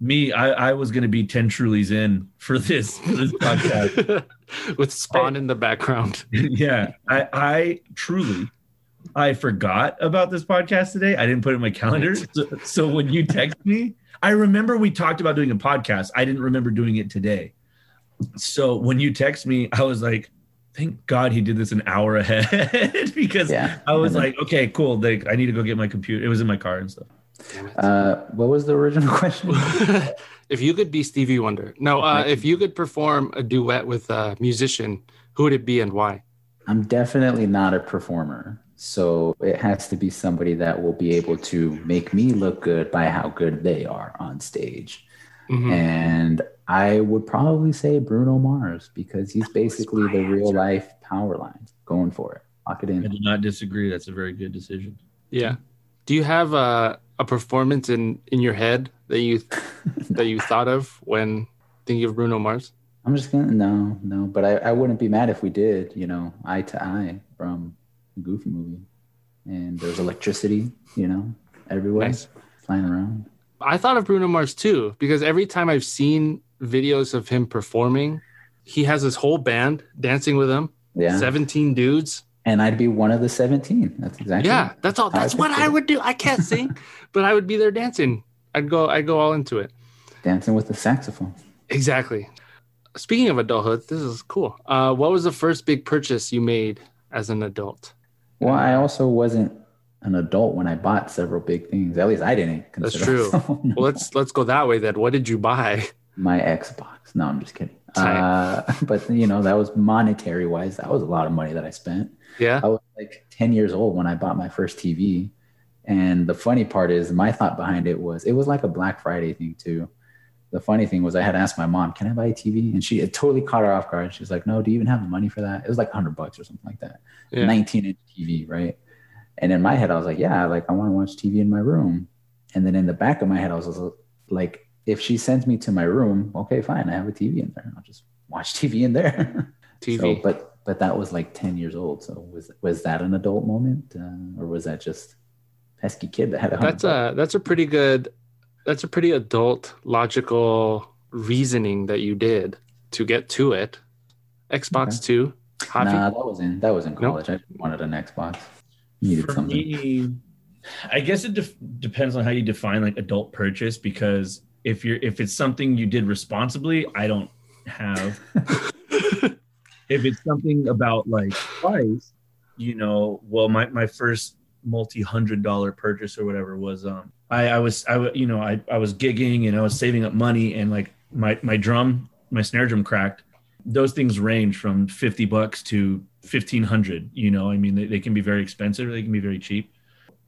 Speaker 4: Me, I, I was gonna be ten Trulies in for this for this podcast.
Speaker 1: With Spawn in the background.
Speaker 4: yeah i i truly i forgot about this podcast today i didn't put it in my calendar so, so when you text me i remember we talked about doing a podcast i didn't remember doing it today so when you text me i was like thank god he did this an hour ahead because
Speaker 3: Yeah.
Speaker 4: i was
Speaker 3: And
Speaker 4: like okay cool like i need to go get my computer it was in my car and stuff
Speaker 1: Damn it.
Speaker 3: then- uh, what was the original question?
Speaker 1: if you could be Stevie Wonder, no, uh, if you could perform a duet with a musician, who would it be and why?
Speaker 3: I'm definitely not a performer. So it has to be somebody that will be able to make me look good by how good they are on stage.
Speaker 1: Mhm.
Speaker 3: And I would probably say Bruno Mars because he's basically the real life power line going for it. Lock it
Speaker 4: i
Speaker 3: in.
Speaker 4: do not disagree that's a very good decision
Speaker 1: Yeah. Do you have a, a performance in, in your head that you that you thought of when thinking of Bruno Mars?
Speaker 3: I'm just gonna no, no, but I, I wouldn't be mad if we did, you know, eye to eye from the Goofy movie. And there's electricity, you know, everywhere
Speaker 1: Nice.
Speaker 3: flying around.
Speaker 1: I thought of Bruno Mars too because every time I've seen videos of him performing, he has his whole band dancing with him,
Speaker 3: Yeah.
Speaker 1: 17 dudes.
Speaker 3: And I'd be one of the 17. That's exactly
Speaker 1: Yeah, that's all.
Speaker 3: I
Speaker 1: That's what
Speaker 3: picture
Speaker 1: I
Speaker 3: it.
Speaker 1: would do. I can't sing, but I would be there dancing. I'd go. I'd go all into it.
Speaker 3: dancing with the saxophone.
Speaker 1: Exactly. Speaking of adulthood, this is cool. Uh, what was the first big purchase you made as an adult?
Speaker 3: Well, I also wasn't an adult when I bought several big things. At least I didn't.
Speaker 1: That's
Speaker 3: consider
Speaker 1: true.
Speaker 3: myself an
Speaker 1: Well, let's let's go that way then. What did you buy?
Speaker 3: my Xbox. No, I'm just kidding.
Speaker 1: Tight.
Speaker 3: Uh, but you know, that was monetary wise. That was a lot of money that I spent.
Speaker 1: Yeah.
Speaker 3: I was like 10 years old when I bought my first TV. And the funny part is, my thought behind it was it was like a Black Friday thing, too. The funny thing was, I had asked my mom, Can I buy a TV? And she, it totally caught her off guard. She was like, No, do you even have the money for that? It was like 100 bucks or something like that.
Speaker 1: Yeah.
Speaker 3: 19 inch TV, right? And in my head, I was like, Yeah, like I want to watch TV in my room. And then in the back of my head, I was like, If she sends me to my room, okay, fine. I have a TV in there. I'll just watch TV in there. So,
Speaker 1: TV.
Speaker 3: but but that was like ten years old. So was was that an adult moment, uh, or was that just pesky kid that had a?
Speaker 1: that's
Speaker 3: hundred
Speaker 1: a that's a pretty good. That's a pretty adult logical reasoning that you did to get to it. Xbox Two.
Speaker 3: bucks?
Speaker 1: Javi.
Speaker 3: Nah, that was in that was in
Speaker 1: Nope.
Speaker 3: college. I just wanted an Xbox. Needed
Speaker 4: for
Speaker 3: something.
Speaker 4: me i guess it def- depends on how you define like adult purchase because if you're if it's something you did responsibly i don't have if it's something about like price you know well my, my first multi-hundred dollar purchase or whatever was um i i was i wa- you know I, I was gigging and i was saving up money and like my my drum my snare drum cracked those things range from 50 bucks to 1500 you know i mean they, they can be very expensive they can be very cheap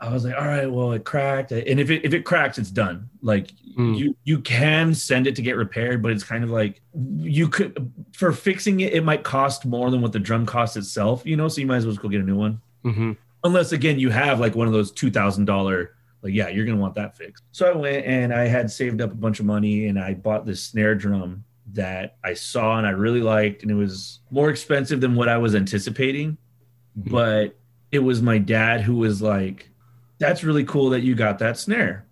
Speaker 4: i was like all right well it cracked and if it if it cracks it's done like
Speaker 1: Mm.
Speaker 4: you you can send it to get repaired but it's kind of like you could for fixing it it might cost more than what the drum costs itself you know so you might as well just go get a new one
Speaker 1: hmm
Speaker 4: unless again you have like one of those two thousand dollar like yeah you're gonna want that fixed so i went and i had saved up a bunch of money and i bought this snare drum that i saw and i really liked and it was more expensive than what i was anticipating
Speaker 1: Mhm.
Speaker 4: but it was my dad who was like that's really cool that you got that snare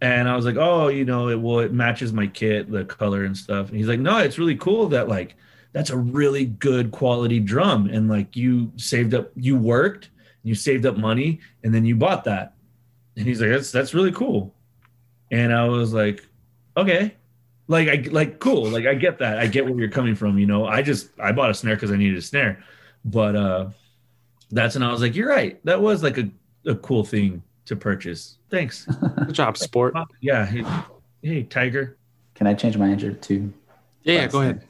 Speaker 4: and i was like oh you know it well it matches my kit the color and stuff and he's like no it's really cool that like that's a really good quality drum and like you saved up you worked you saved up money and then you bought that and he's like that's that's really cool and i was like okay like i like cool like i get that i get where you're coming from you know i just i bought a snare because i needed a snare but uh that's and i was like you're right that was like a, a cool thing to purchase thanks
Speaker 1: Good job, sport.
Speaker 4: yeah hey, hey tiger
Speaker 3: Can I change my answer to?
Speaker 1: Yeah, yeah, go ahead.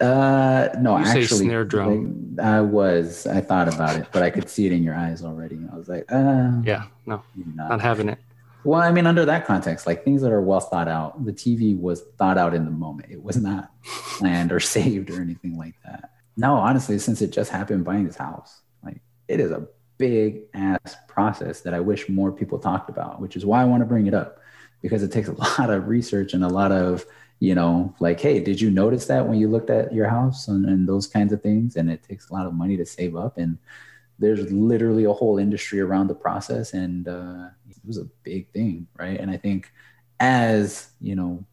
Speaker 3: Uh, no,
Speaker 1: You say
Speaker 3: actually,
Speaker 1: snare drum.
Speaker 3: I, I was. I thought about it, but I could see it in your eyes already. I was like, uh,
Speaker 1: Yeah, no,
Speaker 3: maybe not.
Speaker 1: not having it.
Speaker 3: Well, I mean, under that context, like things that are well thought out, the TV was thought out in the moment. It was not planned or saved or anything like that. No, honestly, since it just happened buying this house, like it is a big ass process that I wish more people talked about, which is why I want to bring it up because it takes a lot of research and a lot of, you know, like, hey, did you notice that when you looked at your house and, and those kinds of things? And it takes a lot of money to save up. And there's literally a whole industry around the process. And uh, it was a big thing, right? And I think as, you know,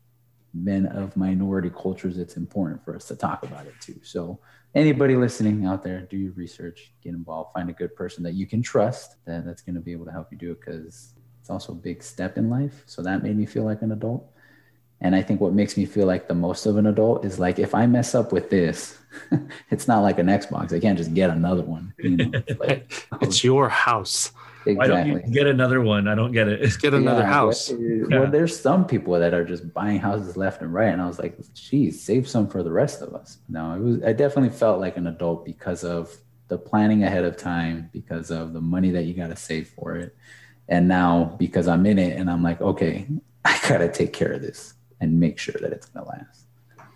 Speaker 3: men of minority cultures, it's important for us to talk about it too. So, anybody listening out there, do your research, get involved, find a good person that you can trust that that's going to be able to help you do it because it's also a big step in life. So, that made me feel like an adult. And I think what makes me feel like the most of an adult is like if I mess up with this, it's not like an Xbox. I can't just get another one. You know? like,
Speaker 1: It's your house.
Speaker 4: Why don't you
Speaker 3: exactly.
Speaker 4: get another one? I don't get it.
Speaker 1: Get another
Speaker 3: Yeah,
Speaker 1: house.
Speaker 3: Well,
Speaker 4: Yeah.
Speaker 3: well, there's some people that are just buying houses left and right, and I was like, "Geez, save some for the rest of us." No, it was. I definitely felt like an adult because of the planning ahead of time, because of the money that you got to save for it, and now because I'm in it, and I'm like, "Okay, I gotta take care of this and make sure that it's gonna last."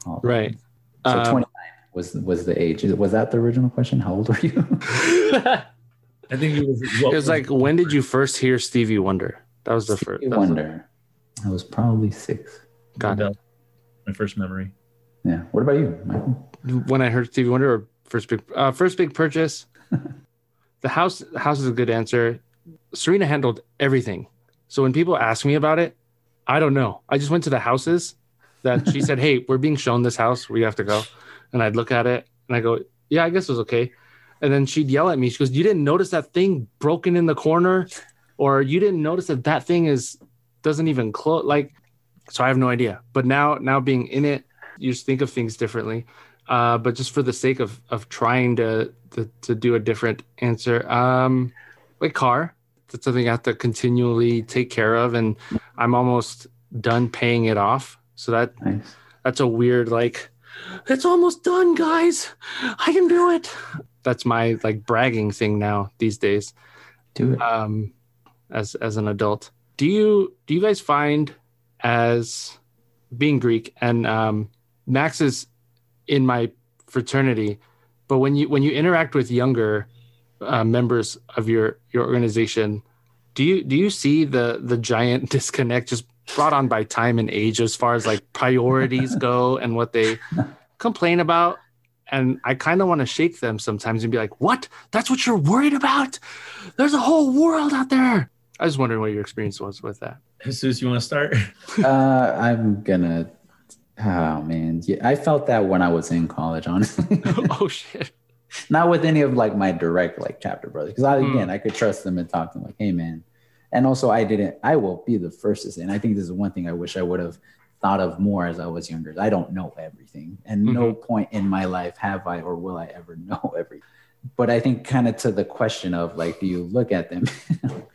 Speaker 3: All that.
Speaker 1: Right.
Speaker 3: So
Speaker 1: Um,
Speaker 3: 29 was was the age. Was that the original question? How old were you?
Speaker 4: I think it was.
Speaker 1: it was like, when did you first hear Stevie Wonder? That was the first.
Speaker 3: You
Speaker 1: that was the-
Speaker 3: wonder. I was probably six.
Speaker 1: Got it.
Speaker 4: My first memory.
Speaker 3: Yeah. What about you, Michael?
Speaker 1: when I heard Stevie Wonder or first big uh, first big purchase. the house house is a good answer. Serena handled everything. So when people ask me about it, I don't know. I just went to the houses that she said, "Hey, we're being shown this house. We have to go." And I'd look at it and I go, "Yeah, I guess it was okay." And then she'd yell at me. She goes, "You didn't notice that thing broken in the corner, or you didn't notice that that thing is doesn't even close." Like, so I have no idea. But now, now being in it, you just think of things differently uh, but just for the sake of of trying to to, to do a different answer, um, like car, that's something I have to continually take care of, and I'm almost done paying it off. So that
Speaker 3: Nice.
Speaker 1: that's a weird like, it's almost done, guys. I can do it. That's my like bragging thing now these days
Speaker 3: Do it.
Speaker 1: um, as as an adult. Do you do you guys find as being Greek and um, Max is in my fraternity, but when you when you interact with younger uh, members of your your organization, do you do you see the the giant disconnect just brought on by time and age as far as like priorities go and what they complain about? And I kind of want to shake them sometimes and be like, "What? That's what you're worried about? There's a whole world out there." I was wondering what your experience was with that.
Speaker 4: Jesus, you want to start?
Speaker 3: uh, I'm gonna. Oh man, yeah, I felt that when I was in college, honestly.
Speaker 1: oh shit!
Speaker 3: Not with any of like my direct like chapter brothers, because I,
Speaker 1: Hmm.
Speaker 3: again, I could trust them and talk to them like, hey man, and also I didn't. I will be the first to say, and I think this is one thing I wish I would have thought of more as I was younger. is I don't know everything, and no point in my life have I or will I ever know everything. But I think kind of to the question of like, do you look at them?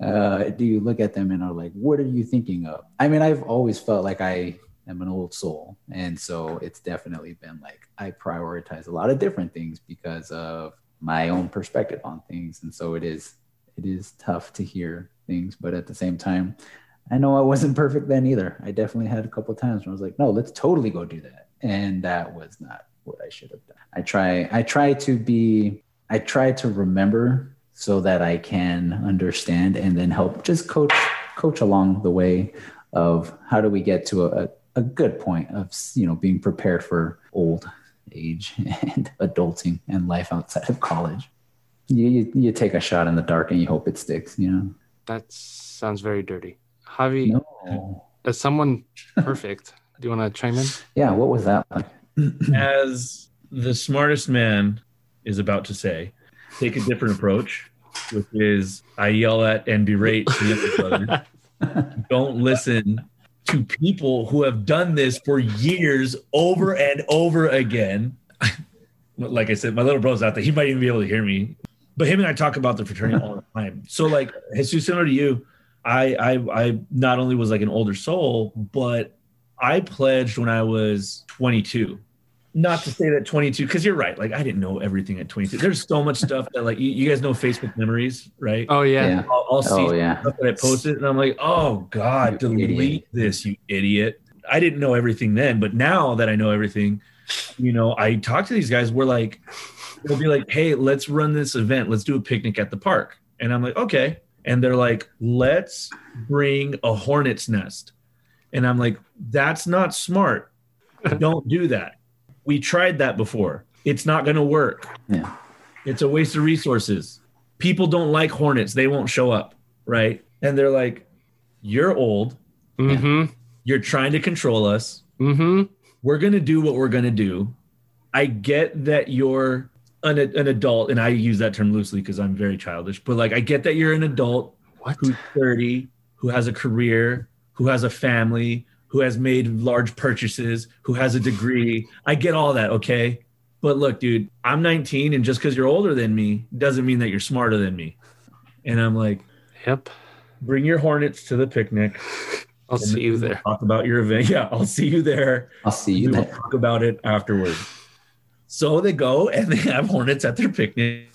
Speaker 3: uh, do you look at them and are like, what are you thinking of? I mean, I've always felt like I am an old soul, and so it's definitely been like I prioritize a lot of different things because of my own perspective on things, and so it is it is tough to hear things, but at the same time, I know I wasn't perfect then either. I definitely had a couple times when I was like, no, let's totally go do that. And that was not what I should have done. I try I try to be I try to remember so that I can understand and then help just coach coach along the way of how do we get to a, a good point of you know being prepared for old age and adulting and life outside of college. You, you you take a shot in the dark and you hope it sticks, you know.
Speaker 1: That sounds very dirty. Javi,
Speaker 3: No.
Speaker 1: as someone perfect, do you want to chime in?
Speaker 3: Yeah, what was that like?
Speaker 4: As the smartest man is about to say, take a different approach, which is I yell at and berate the younger brother. Don't listen to people who have done this for years over and over again. like I said, my little bro's out there. He might even be able to hear me. But him and I talk about the fraternity all the time. So like Jesus, similar to you, I I I not only was like an older soul, but I pledged when I was 22 not to say that 22 because you're right like i didn't know everything at 22 there's so much stuff that like you, you guys know facebook memories right
Speaker 1: Oh yeah.
Speaker 3: Yeah.
Speaker 4: i'll, I'll see
Speaker 3: Oh yeah.
Speaker 4: stuff that i posted and i'm like oh god
Speaker 3: You
Speaker 4: delete
Speaker 3: idiot.
Speaker 4: this you idiot i didn't know everything then but now that i know everything you know i talk to these guys we're like they'll be like, "Hey, let's run this event. Let's do a picnic at the park." And I'm like, "Okay." And they're like, "Let's bring a hornet's nest." And I'm like, "That's not smart. Don't do that. We tried that before. It's not going to work.
Speaker 3: Yeah.
Speaker 4: It's a waste of resources. People don't like hornets. They won't show up, right?" And they're like, "You're old.
Speaker 1: Mm-hmm.
Speaker 4: You're trying to control us."
Speaker 1: Mm-hmm.
Speaker 4: we're going to do what we're going to do. I get that you're an, an adult, and I use that term loosely because I'm very childish, but like, I get that you're an adult
Speaker 1: What?
Speaker 4: who's 30, who has a career, who has a family, who has made large purchases, who has a degree. I get all that, okay? But look, dude, I'm 19, and just because you're older than me doesn't mean that you're smarter than me. And I'm like,
Speaker 1: Yep.
Speaker 4: bring your hornets to the picnic.
Speaker 1: I'll
Speaker 4: and
Speaker 1: see you
Speaker 4: we'll
Speaker 1: there.
Speaker 4: Talk about your event. Yeah, I'll see you there
Speaker 3: I'll see
Speaker 4: we
Speaker 3: you
Speaker 4: will
Speaker 3: there.
Speaker 4: talk about it afterward. So they go and they have hornets at their picnic,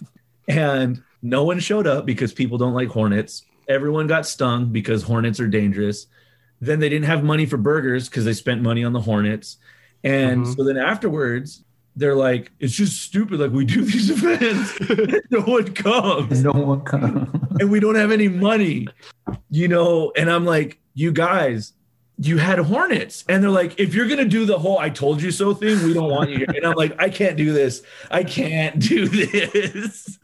Speaker 4: and no one showed up because people don't like hornets. Everyone got stung because hornets are dangerous. Then they didn't have money for burgers because they spent money on the hornets. And
Speaker 1: Mhm.
Speaker 4: so then afterwards, they're like, it's just stupid. Like, we do these events, and no one comes
Speaker 3: No one come.
Speaker 4: and we don't have any money, you know. And I'm like, you guys, you had hornets, and they're like, if you're gonna do the whole "I told you so" thing, we don't want you here. And I'm like, I can't do this. I can't do this.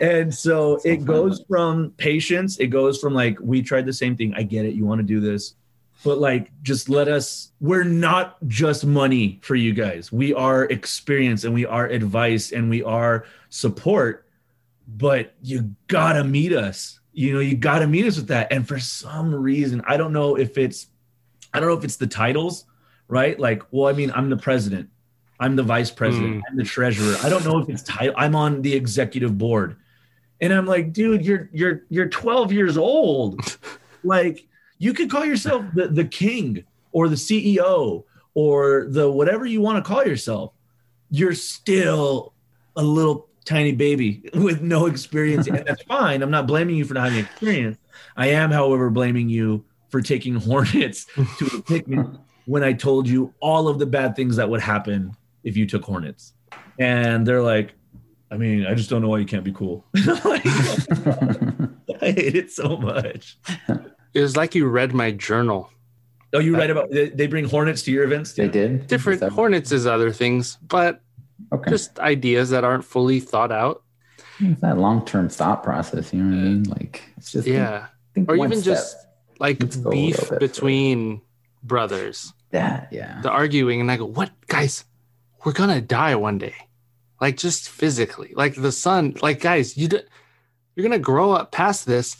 Speaker 4: And so it goes from patience. It goes from like, we tried the same thing. I get it. You want to do this. But like, just let us, we're not just money for you guys. We are experience and we are advice and we are support but you gotta meet us. You know, you gotta meet us with that. And for some reason, I don't know if it's, I don't know if it's the titles, right? Like, well, I mean, I'm the president, I'm the vice president, I'm the treasurer. I don't know if it's title. I'm on the executive board, and I'm like, dude, you're you're you're 12 years old. like, you could call yourself the the king or the CEO or the whatever you want to call yourself. You're still a little tiny baby with no experience and that's fine i'm not blaming you for not having experience i am however blaming you for taking hornets to a picnic when i told you all of the bad things that would happen if you took hornets and they're like i mean i just don't know why you can't be cool Like, i hate it so much
Speaker 1: It was like you read my journal.
Speaker 4: oh you right about they, they bring hornets to your events
Speaker 3: they
Speaker 4: too?
Speaker 3: did
Speaker 1: Different
Speaker 3: Is that-
Speaker 1: hornets is other things, but
Speaker 3: Okay.
Speaker 1: just ideas that aren't fully thought out.
Speaker 3: It's that long term thought process. You know what I mean? Like it's just
Speaker 1: Yeah.
Speaker 3: think
Speaker 1: Or
Speaker 3: one
Speaker 1: even
Speaker 3: step.
Speaker 1: just like
Speaker 3: Let's go a
Speaker 1: beef
Speaker 3: little bit
Speaker 1: between brothers.
Speaker 3: that. Yeah.
Speaker 1: the arguing and I go, "What guys? We're gonna die one day, like just physically, like the sun, like guys, you d- you're gonna grow up past this.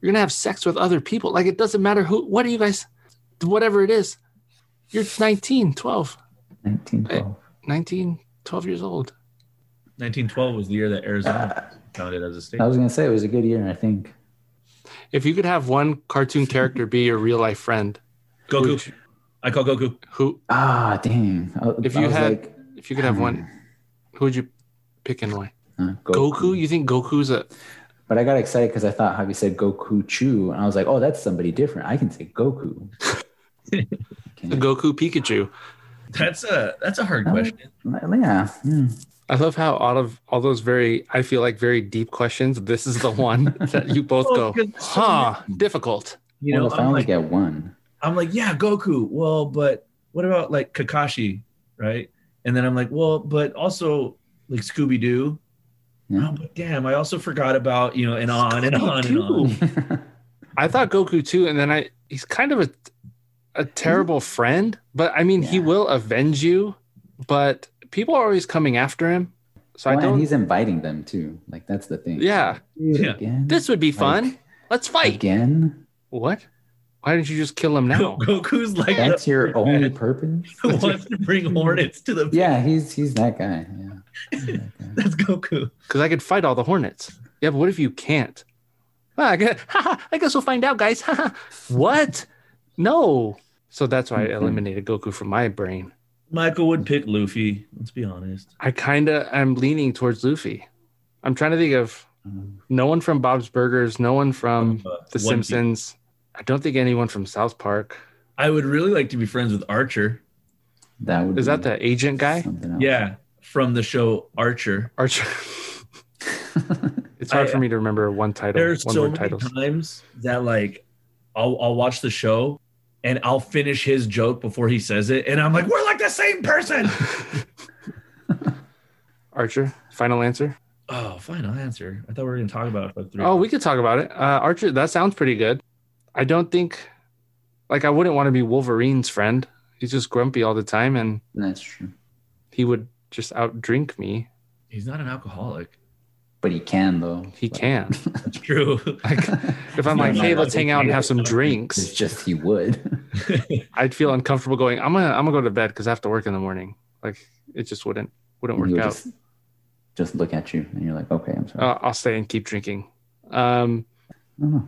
Speaker 1: You're gonna have sex with other people. Like it doesn't matter who. What do you guys? Whatever it is, you're 19, 12,
Speaker 3: 1912.
Speaker 1: 19, 12 years old.
Speaker 4: 1912 was the year that arizona founded as a state
Speaker 3: I was gonna say it was a good year. I think.
Speaker 1: If you could have one cartoon character be your real life friend,
Speaker 4: goku i call goku
Speaker 1: who?
Speaker 3: Ah, dang. I,
Speaker 1: If
Speaker 3: I
Speaker 1: you
Speaker 3: was
Speaker 1: had-
Speaker 3: like,
Speaker 1: If you could have one,
Speaker 3: Hmm.
Speaker 1: who would you pick and why?
Speaker 3: uh,
Speaker 1: Goku? You think Goku's a?
Speaker 3: But I got excited because I thought Javi said Goku Chu, and I was like, oh, that's somebody different. I can say Goku.
Speaker 1: a
Speaker 3: Can-
Speaker 1: Goku Pikachu?
Speaker 4: that's a that's a hard
Speaker 3: Oh.
Speaker 4: question
Speaker 3: yeah. Hmm. yeah.
Speaker 1: I love how out of all those very, I feel like very deep questions, this is the one that you both
Speaker 4: Well,
Speaker 1: go,
Speaker 3: Oh,
Speaker 4: because there's so
Speaker 1: huh, difficult.
Speaker 4: you know
Speaker 3: well, if I
Speaker 4: I'm
Speaker 3: only
Speaker 4: like-
Speaker 3: get one,
Speaker 4: I'm like, yeah, Goku. Well, but what about like Kakashi, right? And then I'm like, well, but also like Scooby Doo.
Speaker 3: Yeah.
Speaker 4: Oh, but damn, I also forgot about you know, and on and on and on.
Speaker 1: I thought Goku too, and then I, he's kind of a, a terrible friend, but I mean, he
Speaker 3: Mm-hmm. Yeah.
Speaker 1: will avenge you, but people are always coming after him. So
Speaker 3: Well,
Speaker 1: I
Speaker 3: Oh, and
Speaker 1: don't,
Speaker 3: he's inviting them too. Like that's the thing.
Speaker 1: yeah,
Speaker 4: Yeah.
Speaker 3: Again?
Speaker 1: this would be fun.
Speaker 3: Like,
Speaker 1: Let's fight.
Speaker 3: again.
Speaker 1: What? Why didn't you just kill him now?
Speaker 4: Goku's like
Speaker 3: That's your only
Speaker 4: only
Speaker 3: purpose.
Speaker 4: who wants to bring hornets to the
Speaker 3: Yeah, he's he's that guy. Yeah. He's that guy.
Speaker 4: That's Goku.
Speaker 1: Because I could fight all the hornets. Yeah, but what if you can't? Ah, I, guess, I guess we'll find out, guys. what? No. So that's why I
Speaker 4: Mm-hmm.
Speaker 1: eliminated Goku from my brain.
Speaker 4: Michael would pick Luffy. Let's be honest.
Speaker 1: I kind of am leaning towards Luffy. I'm trying to think of no one from Bob's Burgers, no one from
Speaker 4: Uh,
Speaker 1: Um, The
Speaker 4: One Piece.
Speaker 1: Simpsons. I don't think anyone from South Park.
Speaker 4: I would really like to be friends with Archer.
Speaker 3: That would
Speaker 1: Is that
Speaker 3: be
Speaker 1: the agent guy?
Speaker 3: something else.
Speaker 4: Yeah, from the show Archer.
Speaker 1: Archer. it's hard
Speaker 4: I-
Speaker 1: for me to remember one title.
Speaker 4: There's
Speaker 1: one
Speaker 4: so
Speaker 1: word
Speaker 4: many
Speaker 1: titles.
Speaker 4: times that like I'll I'll watch the show and I'll finish his joke before he says it, and I'm like, we're like the same person.
Speaker 1: Archer. Final answer.
Speaker 4: oh, final answer. I thought we were gonna talk about it for three.
Speaker 1: Oh, we could talk about it. Uh, Archer. That sounds pretty good. I don't think, like, I wouldn't want to be Wolverine's friend. He's just grumpy all the time, and
Speaker 3: That's true.
Speaker 1: he would just outdrink me.
Speaker 4: He's not an alcoholic.
Speaker 3: But he can though.
Speaker 1: He can.
Speaker 4: That's true.
Speaker 1: Like, if I'm like,
Speaker 3: No,
Speaker 1: hey,
Speaker 3: no,
Speaker 1: let's hang out and have some
Speaker 3: It's
Speaker 1: drinks,
Speaker 3: just he would.
Speaker 1: I'd feel uncomfortable going. I'm gonna I'm gonna go to bed because I have to work in the morning. Like, it just wouldn't wouldn't
Speaker 3: he
Speaker 1: work
Speaker 3: would
Speaker 1: out.
Speaker 3: Just, just look at you and you're like, okay, I'm sorry.
Speaker 1: Uh, I'll stay and keep drinking. Um,
Speaker 3: I don't know.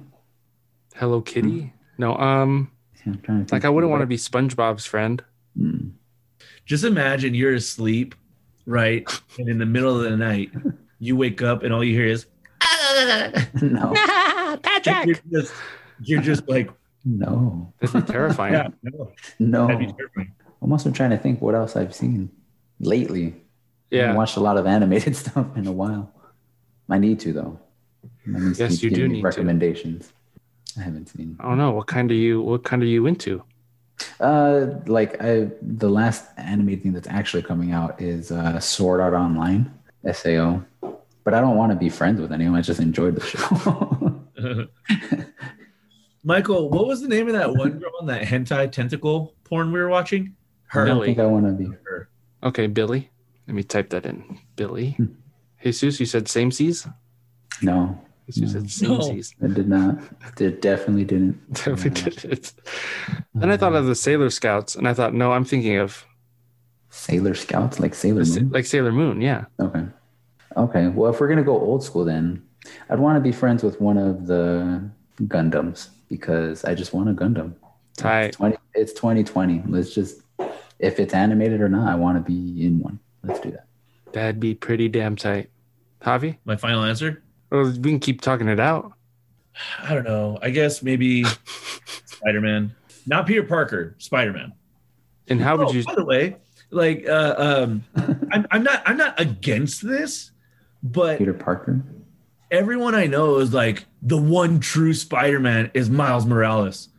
Speaker 1: Hello
Speaker 3: Hmm.
Speaker 1: Kitty. No. Um,
Speaker 3: See, I'm trying to
Speaker 1: like I wouldn't want to be SpongeBob's friend.
Speaker 3: Mm.
Speaker 4: Just imagine you're asleep, right? And in the middle of the night, you wake up and all you hear is
Speaker 3: no,
Speaker 4: Patrick. You're just, you're just like,
Speaker 3: no,
Speaker 1: That'd be terrifying.
Speaker 4: yeah, no. That'd be
Speaker 3: no.
Speaker 4: terrifying.
Speaker 3: I'm also trying to think what else I've seen lately. I
Speaker 1: Yeah.
Speaker 3: haven't watched a lot of animated stuff in a while. I need to though. I need to
Speaker 1: Yes, you
Speaker 3: give
Speaker 1: do
Speaker 3: me
Speaker 1: need to.
Speaker 3: recommendations. I haven't seen.
Speaker 1: I don't know. What kind are you? What kind are you into? Oh.
Speaker 3: Uh, like I, the last anime thing that's actually coming out is uh, Sword Art Online (SAO), but I don't want to be friends with anyone. I just enjoyed the show.
Speaker 4: Michael, what was the name of that one girl in that hentai tentacle porn we were watching?
Speaker 3: I
Speaker 4: Her.
Speaker 3: don't think I want to be.
Speaker 4: Her.
Speaker 1: Okay, Billy. Let me type that in. Billy.
Speaker 3: Hmm.
Speaker 1: Jesus, you said same seas.
Speaker 3: No,
Speaker 1: Jesus
Speaker 3: No.
Speaker 1: said same seas.
Speaker 3: I did not. It definitely didn't.
Speaker 1: Definitely did it. Then I thought of the Sailor Scouts, and I thought, no, I'm thinking of
Speaker 3: Sailor Scouts, like Sailor
Speaker 1: the sa-
Speaker 3: Moon.
Speaker 1: like Sailor Moon. Yeah.
Speaker 3: Okay. Okay. Well, if we're gonna go old school, then I'd want to be friends with one of the Gundams because I just want a Gundam.
Speaker 1: Tight.
Speaker 3: Twenty. It's 2020. Let's just, if it's animated or not, I want to be in one. Let's do that.
Speaker 1: That'd be pretty damn tight. Javi,
Speaker 4: My final answer?
Speaker 1: or we can keep talking it out.
Speaker 4: I don't know. I guess maybe Spider Man. Not Peter Parker, Spider Man.
Speaker 1: And how would
Speaker 4: Oh,
Speaker 1: you?
Speaker 4: by the way, like uh, um, I'm, I'm not I'm not against this, but
Speaker 3: Peter Parker.
Speaker 4: everyone I know is like the one true Spider-Man is Miles Morales.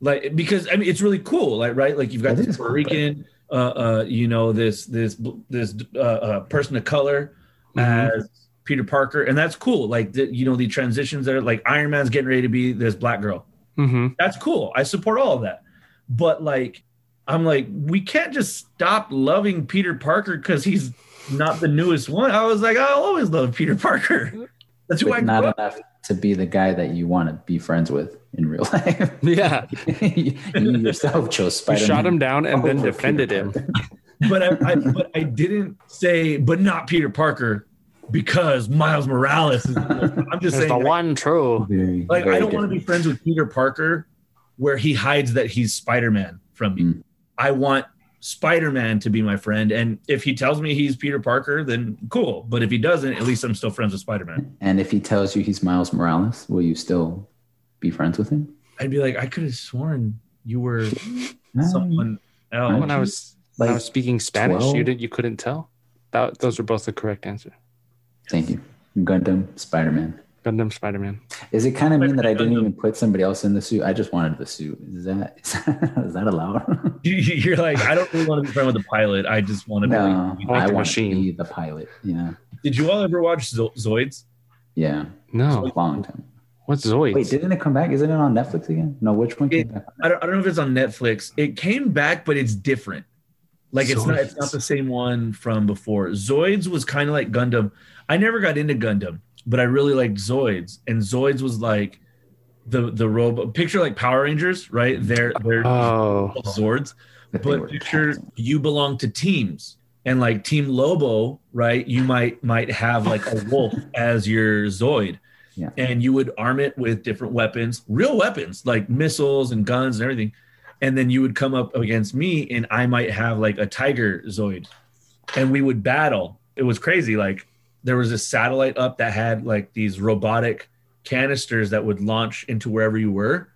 Speaker 4: Like because I mean it's really cool, like right? Like you've got
Speaker 3: That
Speaker 4: this
Speaker 3: is cool,
Speaker 4: Puerto Rican, uh, uh, you know this this this uh, uh, person of color
Speaker 3: Mm-hmm.
Speaker 4: as Peter Parker, and that's cool. Like the, you know the transitions that are like Iron Man's getting ready to be this black girl.
Speaker 1: Mm-hmm.
Speaker 4: That's cool. I support all of that, but like I'm like we can't just stop loving Peter Parker because he's not the newest one. I was like I'll always love Peter Parker. That's who
Speaker 3: But
Speaker 4: I grew
Speaker 3: not
Speaker 4: up
Speaker 3: enough to be the guy that you want to be friends with in real life.
Speaker 1: Yeah.
Speaker 3: you yourself chose Oh,
Speaker 1: You
Speaker 3: Spider.
Speaker 1: Mm-hmm. shot him down and then defended him.
Speaker 4: but I, I but I didn't say but not Peter Parker because Miles Morales is I'm
Speaker 1: It's
Speaker 4: just saying
Speaker 1: the
Speaker 4: like,
Speaker 1: one true.
Speaker 3: Very,
Speaker 4: like, I
Speaker 3: very
Speaker 4: don't want to be friends with Peter Parker where he hides that he's Spider-Man from me.
Speaker 3: Mm.
Speaker 4: I want Spider-Man to be my friend and if he tells me he's Peter Parker then cool, but if he doesn't at least I'm still friends with Spider-Man.
Speaker 3: And if he tells you he's Miles Morales, will you still be friends with him?
Speaker 4: I'd be like I could have sworn you were
Speaker 3: No.
Speaker 4: someone
Speaker 1: When
Speaker 4: else.
Speaker 1: I was when I
Speaker 3: Like,
Speaker 1: was speaking Spanish, you
Speaker 3: 12?
Speaker 1: didn't you couldn't tell. That those are both the correct answer.
Speaker 3: Thank you. Gundam, Spider Man.
Speaker 1: Gundam Spider Man.
Speaker 3: Is it kind of mean that I didn't
Speaker 4: Gundam.
Speaker 3: even put somebody else in the suit? I just wanted the suit. Is that is that, is that allowed?
Speaker 4: You- You're like I don't really want to be friends with the pilot. I just want to be
Speaker 3: no,
Speaker 1: I like
Speaker 3: I
Speaker 1: the
Speaker 3: want to
Speaker 1: machine.
Speaker 3: be the pilot. Yeah,
Speaker 4: Did you all ever watch Zo- Zoids?
Speaker 3: yeah.
Speaker 1: No,
Speaker 3: Long time.
Speaker 1: what's Zoids?
Speaker 3: Wait, didn't it come back? Isn't it on Netflix again? No, which one came back?
Speaker 4: I don't, I don't know if it's on Netflix. It came back, but it's different. Like it's not it's not the same one from before. Zoids was kind of like Gundam. I never got into Gundam, but I really liked Zoids, and Zoids was like the the robot. Picture like Power Rangers, right? They're they're
Speaker 1: oh,
Speaker 4: Zords,
Speaker 3: That they were
Speaker 4: but picture
Speaker 3: cats.
Speaker 4: you belong to teams and like team lobo right you might might have like a wolf as your zoid
Speaker 3: Yeah.
Speaker 4: and you would arm it with different weapons real weapons like missiles and guns and everything and then you would come up against me and i might have like a tiger zoid and we would battle it was crazy like there was a satellite up that had like these robotic canisters that would launch into wherever you were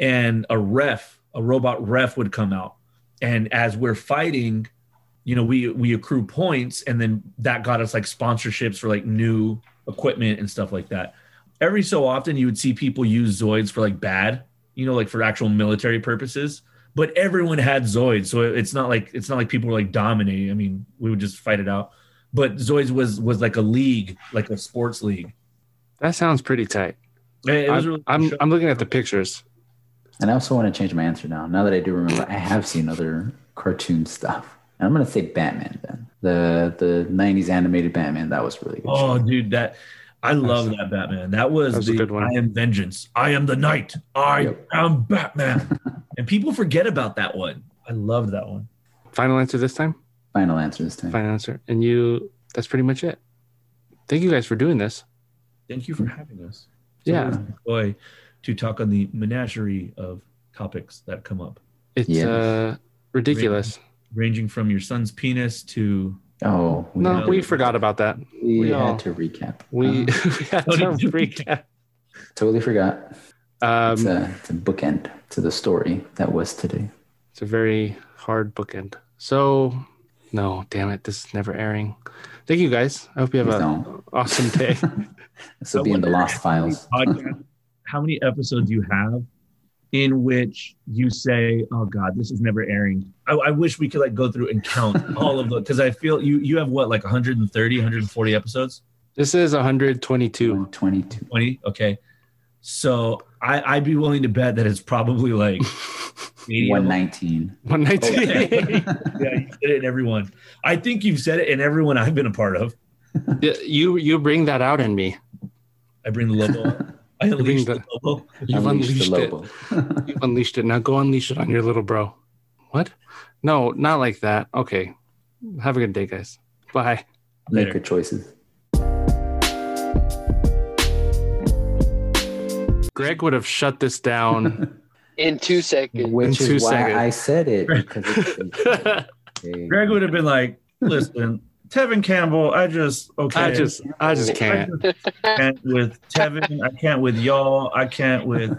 Speaker 4: and a ref a robot ref would come out and as we're fighting you know we we accrue points and then that got us like sponsorships for like new equipment and stuff like that every so often you would see people use zoids for like bad you know like for actual military purposes but everyone had zoids so it- it's not like it's not like people were like dominating i mean we would just fight it out but zoids was was like a league like a sports league
Speaker 1: That sounds pretty tight.
Speaker 4: It- it was
Speaker 1: I'm,
Speaker 4: really-
Speaker 1: I'm, I'm looking at the pictures.
Speaker 3: And I also want to change my answer now. Now that I do remember, I have seen other cartoon stuff. And I'm gonna say Batman then. The the '90s animated Batman that was really good.
Speaker 4: Oh, dude, that I love that Batman. That was,
Speaker 1: That was a
Speaker 4: the
Speaker 1: good one.
Speaker 4: I am vengeance. I am the knight. I
Speaker 3: Yep.
Speaker 4: am Batman. and people forget about that one. I loved that one.
Speaker 1: Final answer this time?
Speaker 3: Final answer this time.
Speaker 1: Final answer. And you, that's pretty much it. Thank you guys for doing this.
Speaker 4: Thank you for
Speaker 1: Mm-hmm.
Speaker 4: having us.
Speaker 1: Yeah.
Speaker 4: Boy, to talk on the menagerie of topics that come up,
Speaker 1: It's
Speaker 3: Yeah.
Speaker 1: uh, ridiculous.
Speaker 4: ranging from your son's penis to
Speaker 3: Oh, we,
Speaker 1: No,
Speaker 4: Yeah.
Speaker 1: we forgot about that.
Speaker 3: we
Speaker 1: we
Speaker 3: had
Speaker 1: all-
Speaker 3: to recap.
Speaker 1: We,
Speaker 3: Uh,
Speaker 1: we had to recap.
Speaker 3: totally forgot.
Speaker 1: Um,
Speaker 3: It's a, it's a bookend to the story that was today.
Speaker 1: it's a very hard bookend. So, no, damn it. This is never airing. Thank you guys. I hope you have
Speaker 3: Please
Speaker 1: an
Speaker 3: don't.
Speaker 1: awesome day.
Speaker 3: This will be in the Lost Files.
Speaker 4: podcast, how many episodes you have in which you say, "Oh God, this is never airing." I, I wish we could like go through and count all of them because I feel you you have what like 130, 140 episodes,
Speaker 1: This is 122.
Speaker 3: 22.
Speaker 4: 20. Okay, so I, I'd be willing to bet that it's probably like
Speaker 3: Oh.
Speaker 4: 80 of them.
Speaker 3: 119.
Speaker 1: 119.
Speaker 3: Oh,
Speaker 4: Yeah, you said it in everyone. I think you've said it in everyone I've been a part of.
Speaker 1: Yeah, you you bring that out in me.
Speaker 4: I bring the lobo. up. I unleash the
Speaker 1: the-
Speaker 4: lobo.
Speaker 1: You've unleashed, it. You've unleashed it. Now go unleash it on your little bro. What? No, not like that. Okay. Have a good day, guys. Bye.
Speaker 3: Make
Speaker 4: Later.
Speaker 3: your choices.
Speaker 1: Greg would have shut this down.
Speaker 5: in two seconds.
Speaker 3: Which
Speaker 1: two
Speaker 3: is why
Speaker 1: seconds.
Speaker 3: I said it. Because it's okay.
Speaker 4: Greg would have been like, "Listen, Tevin Campbell, I just okay."
Speaker 1: I just I just can't.
Speaker 4: I can't with Tevin. I can't with y'all. I can't with.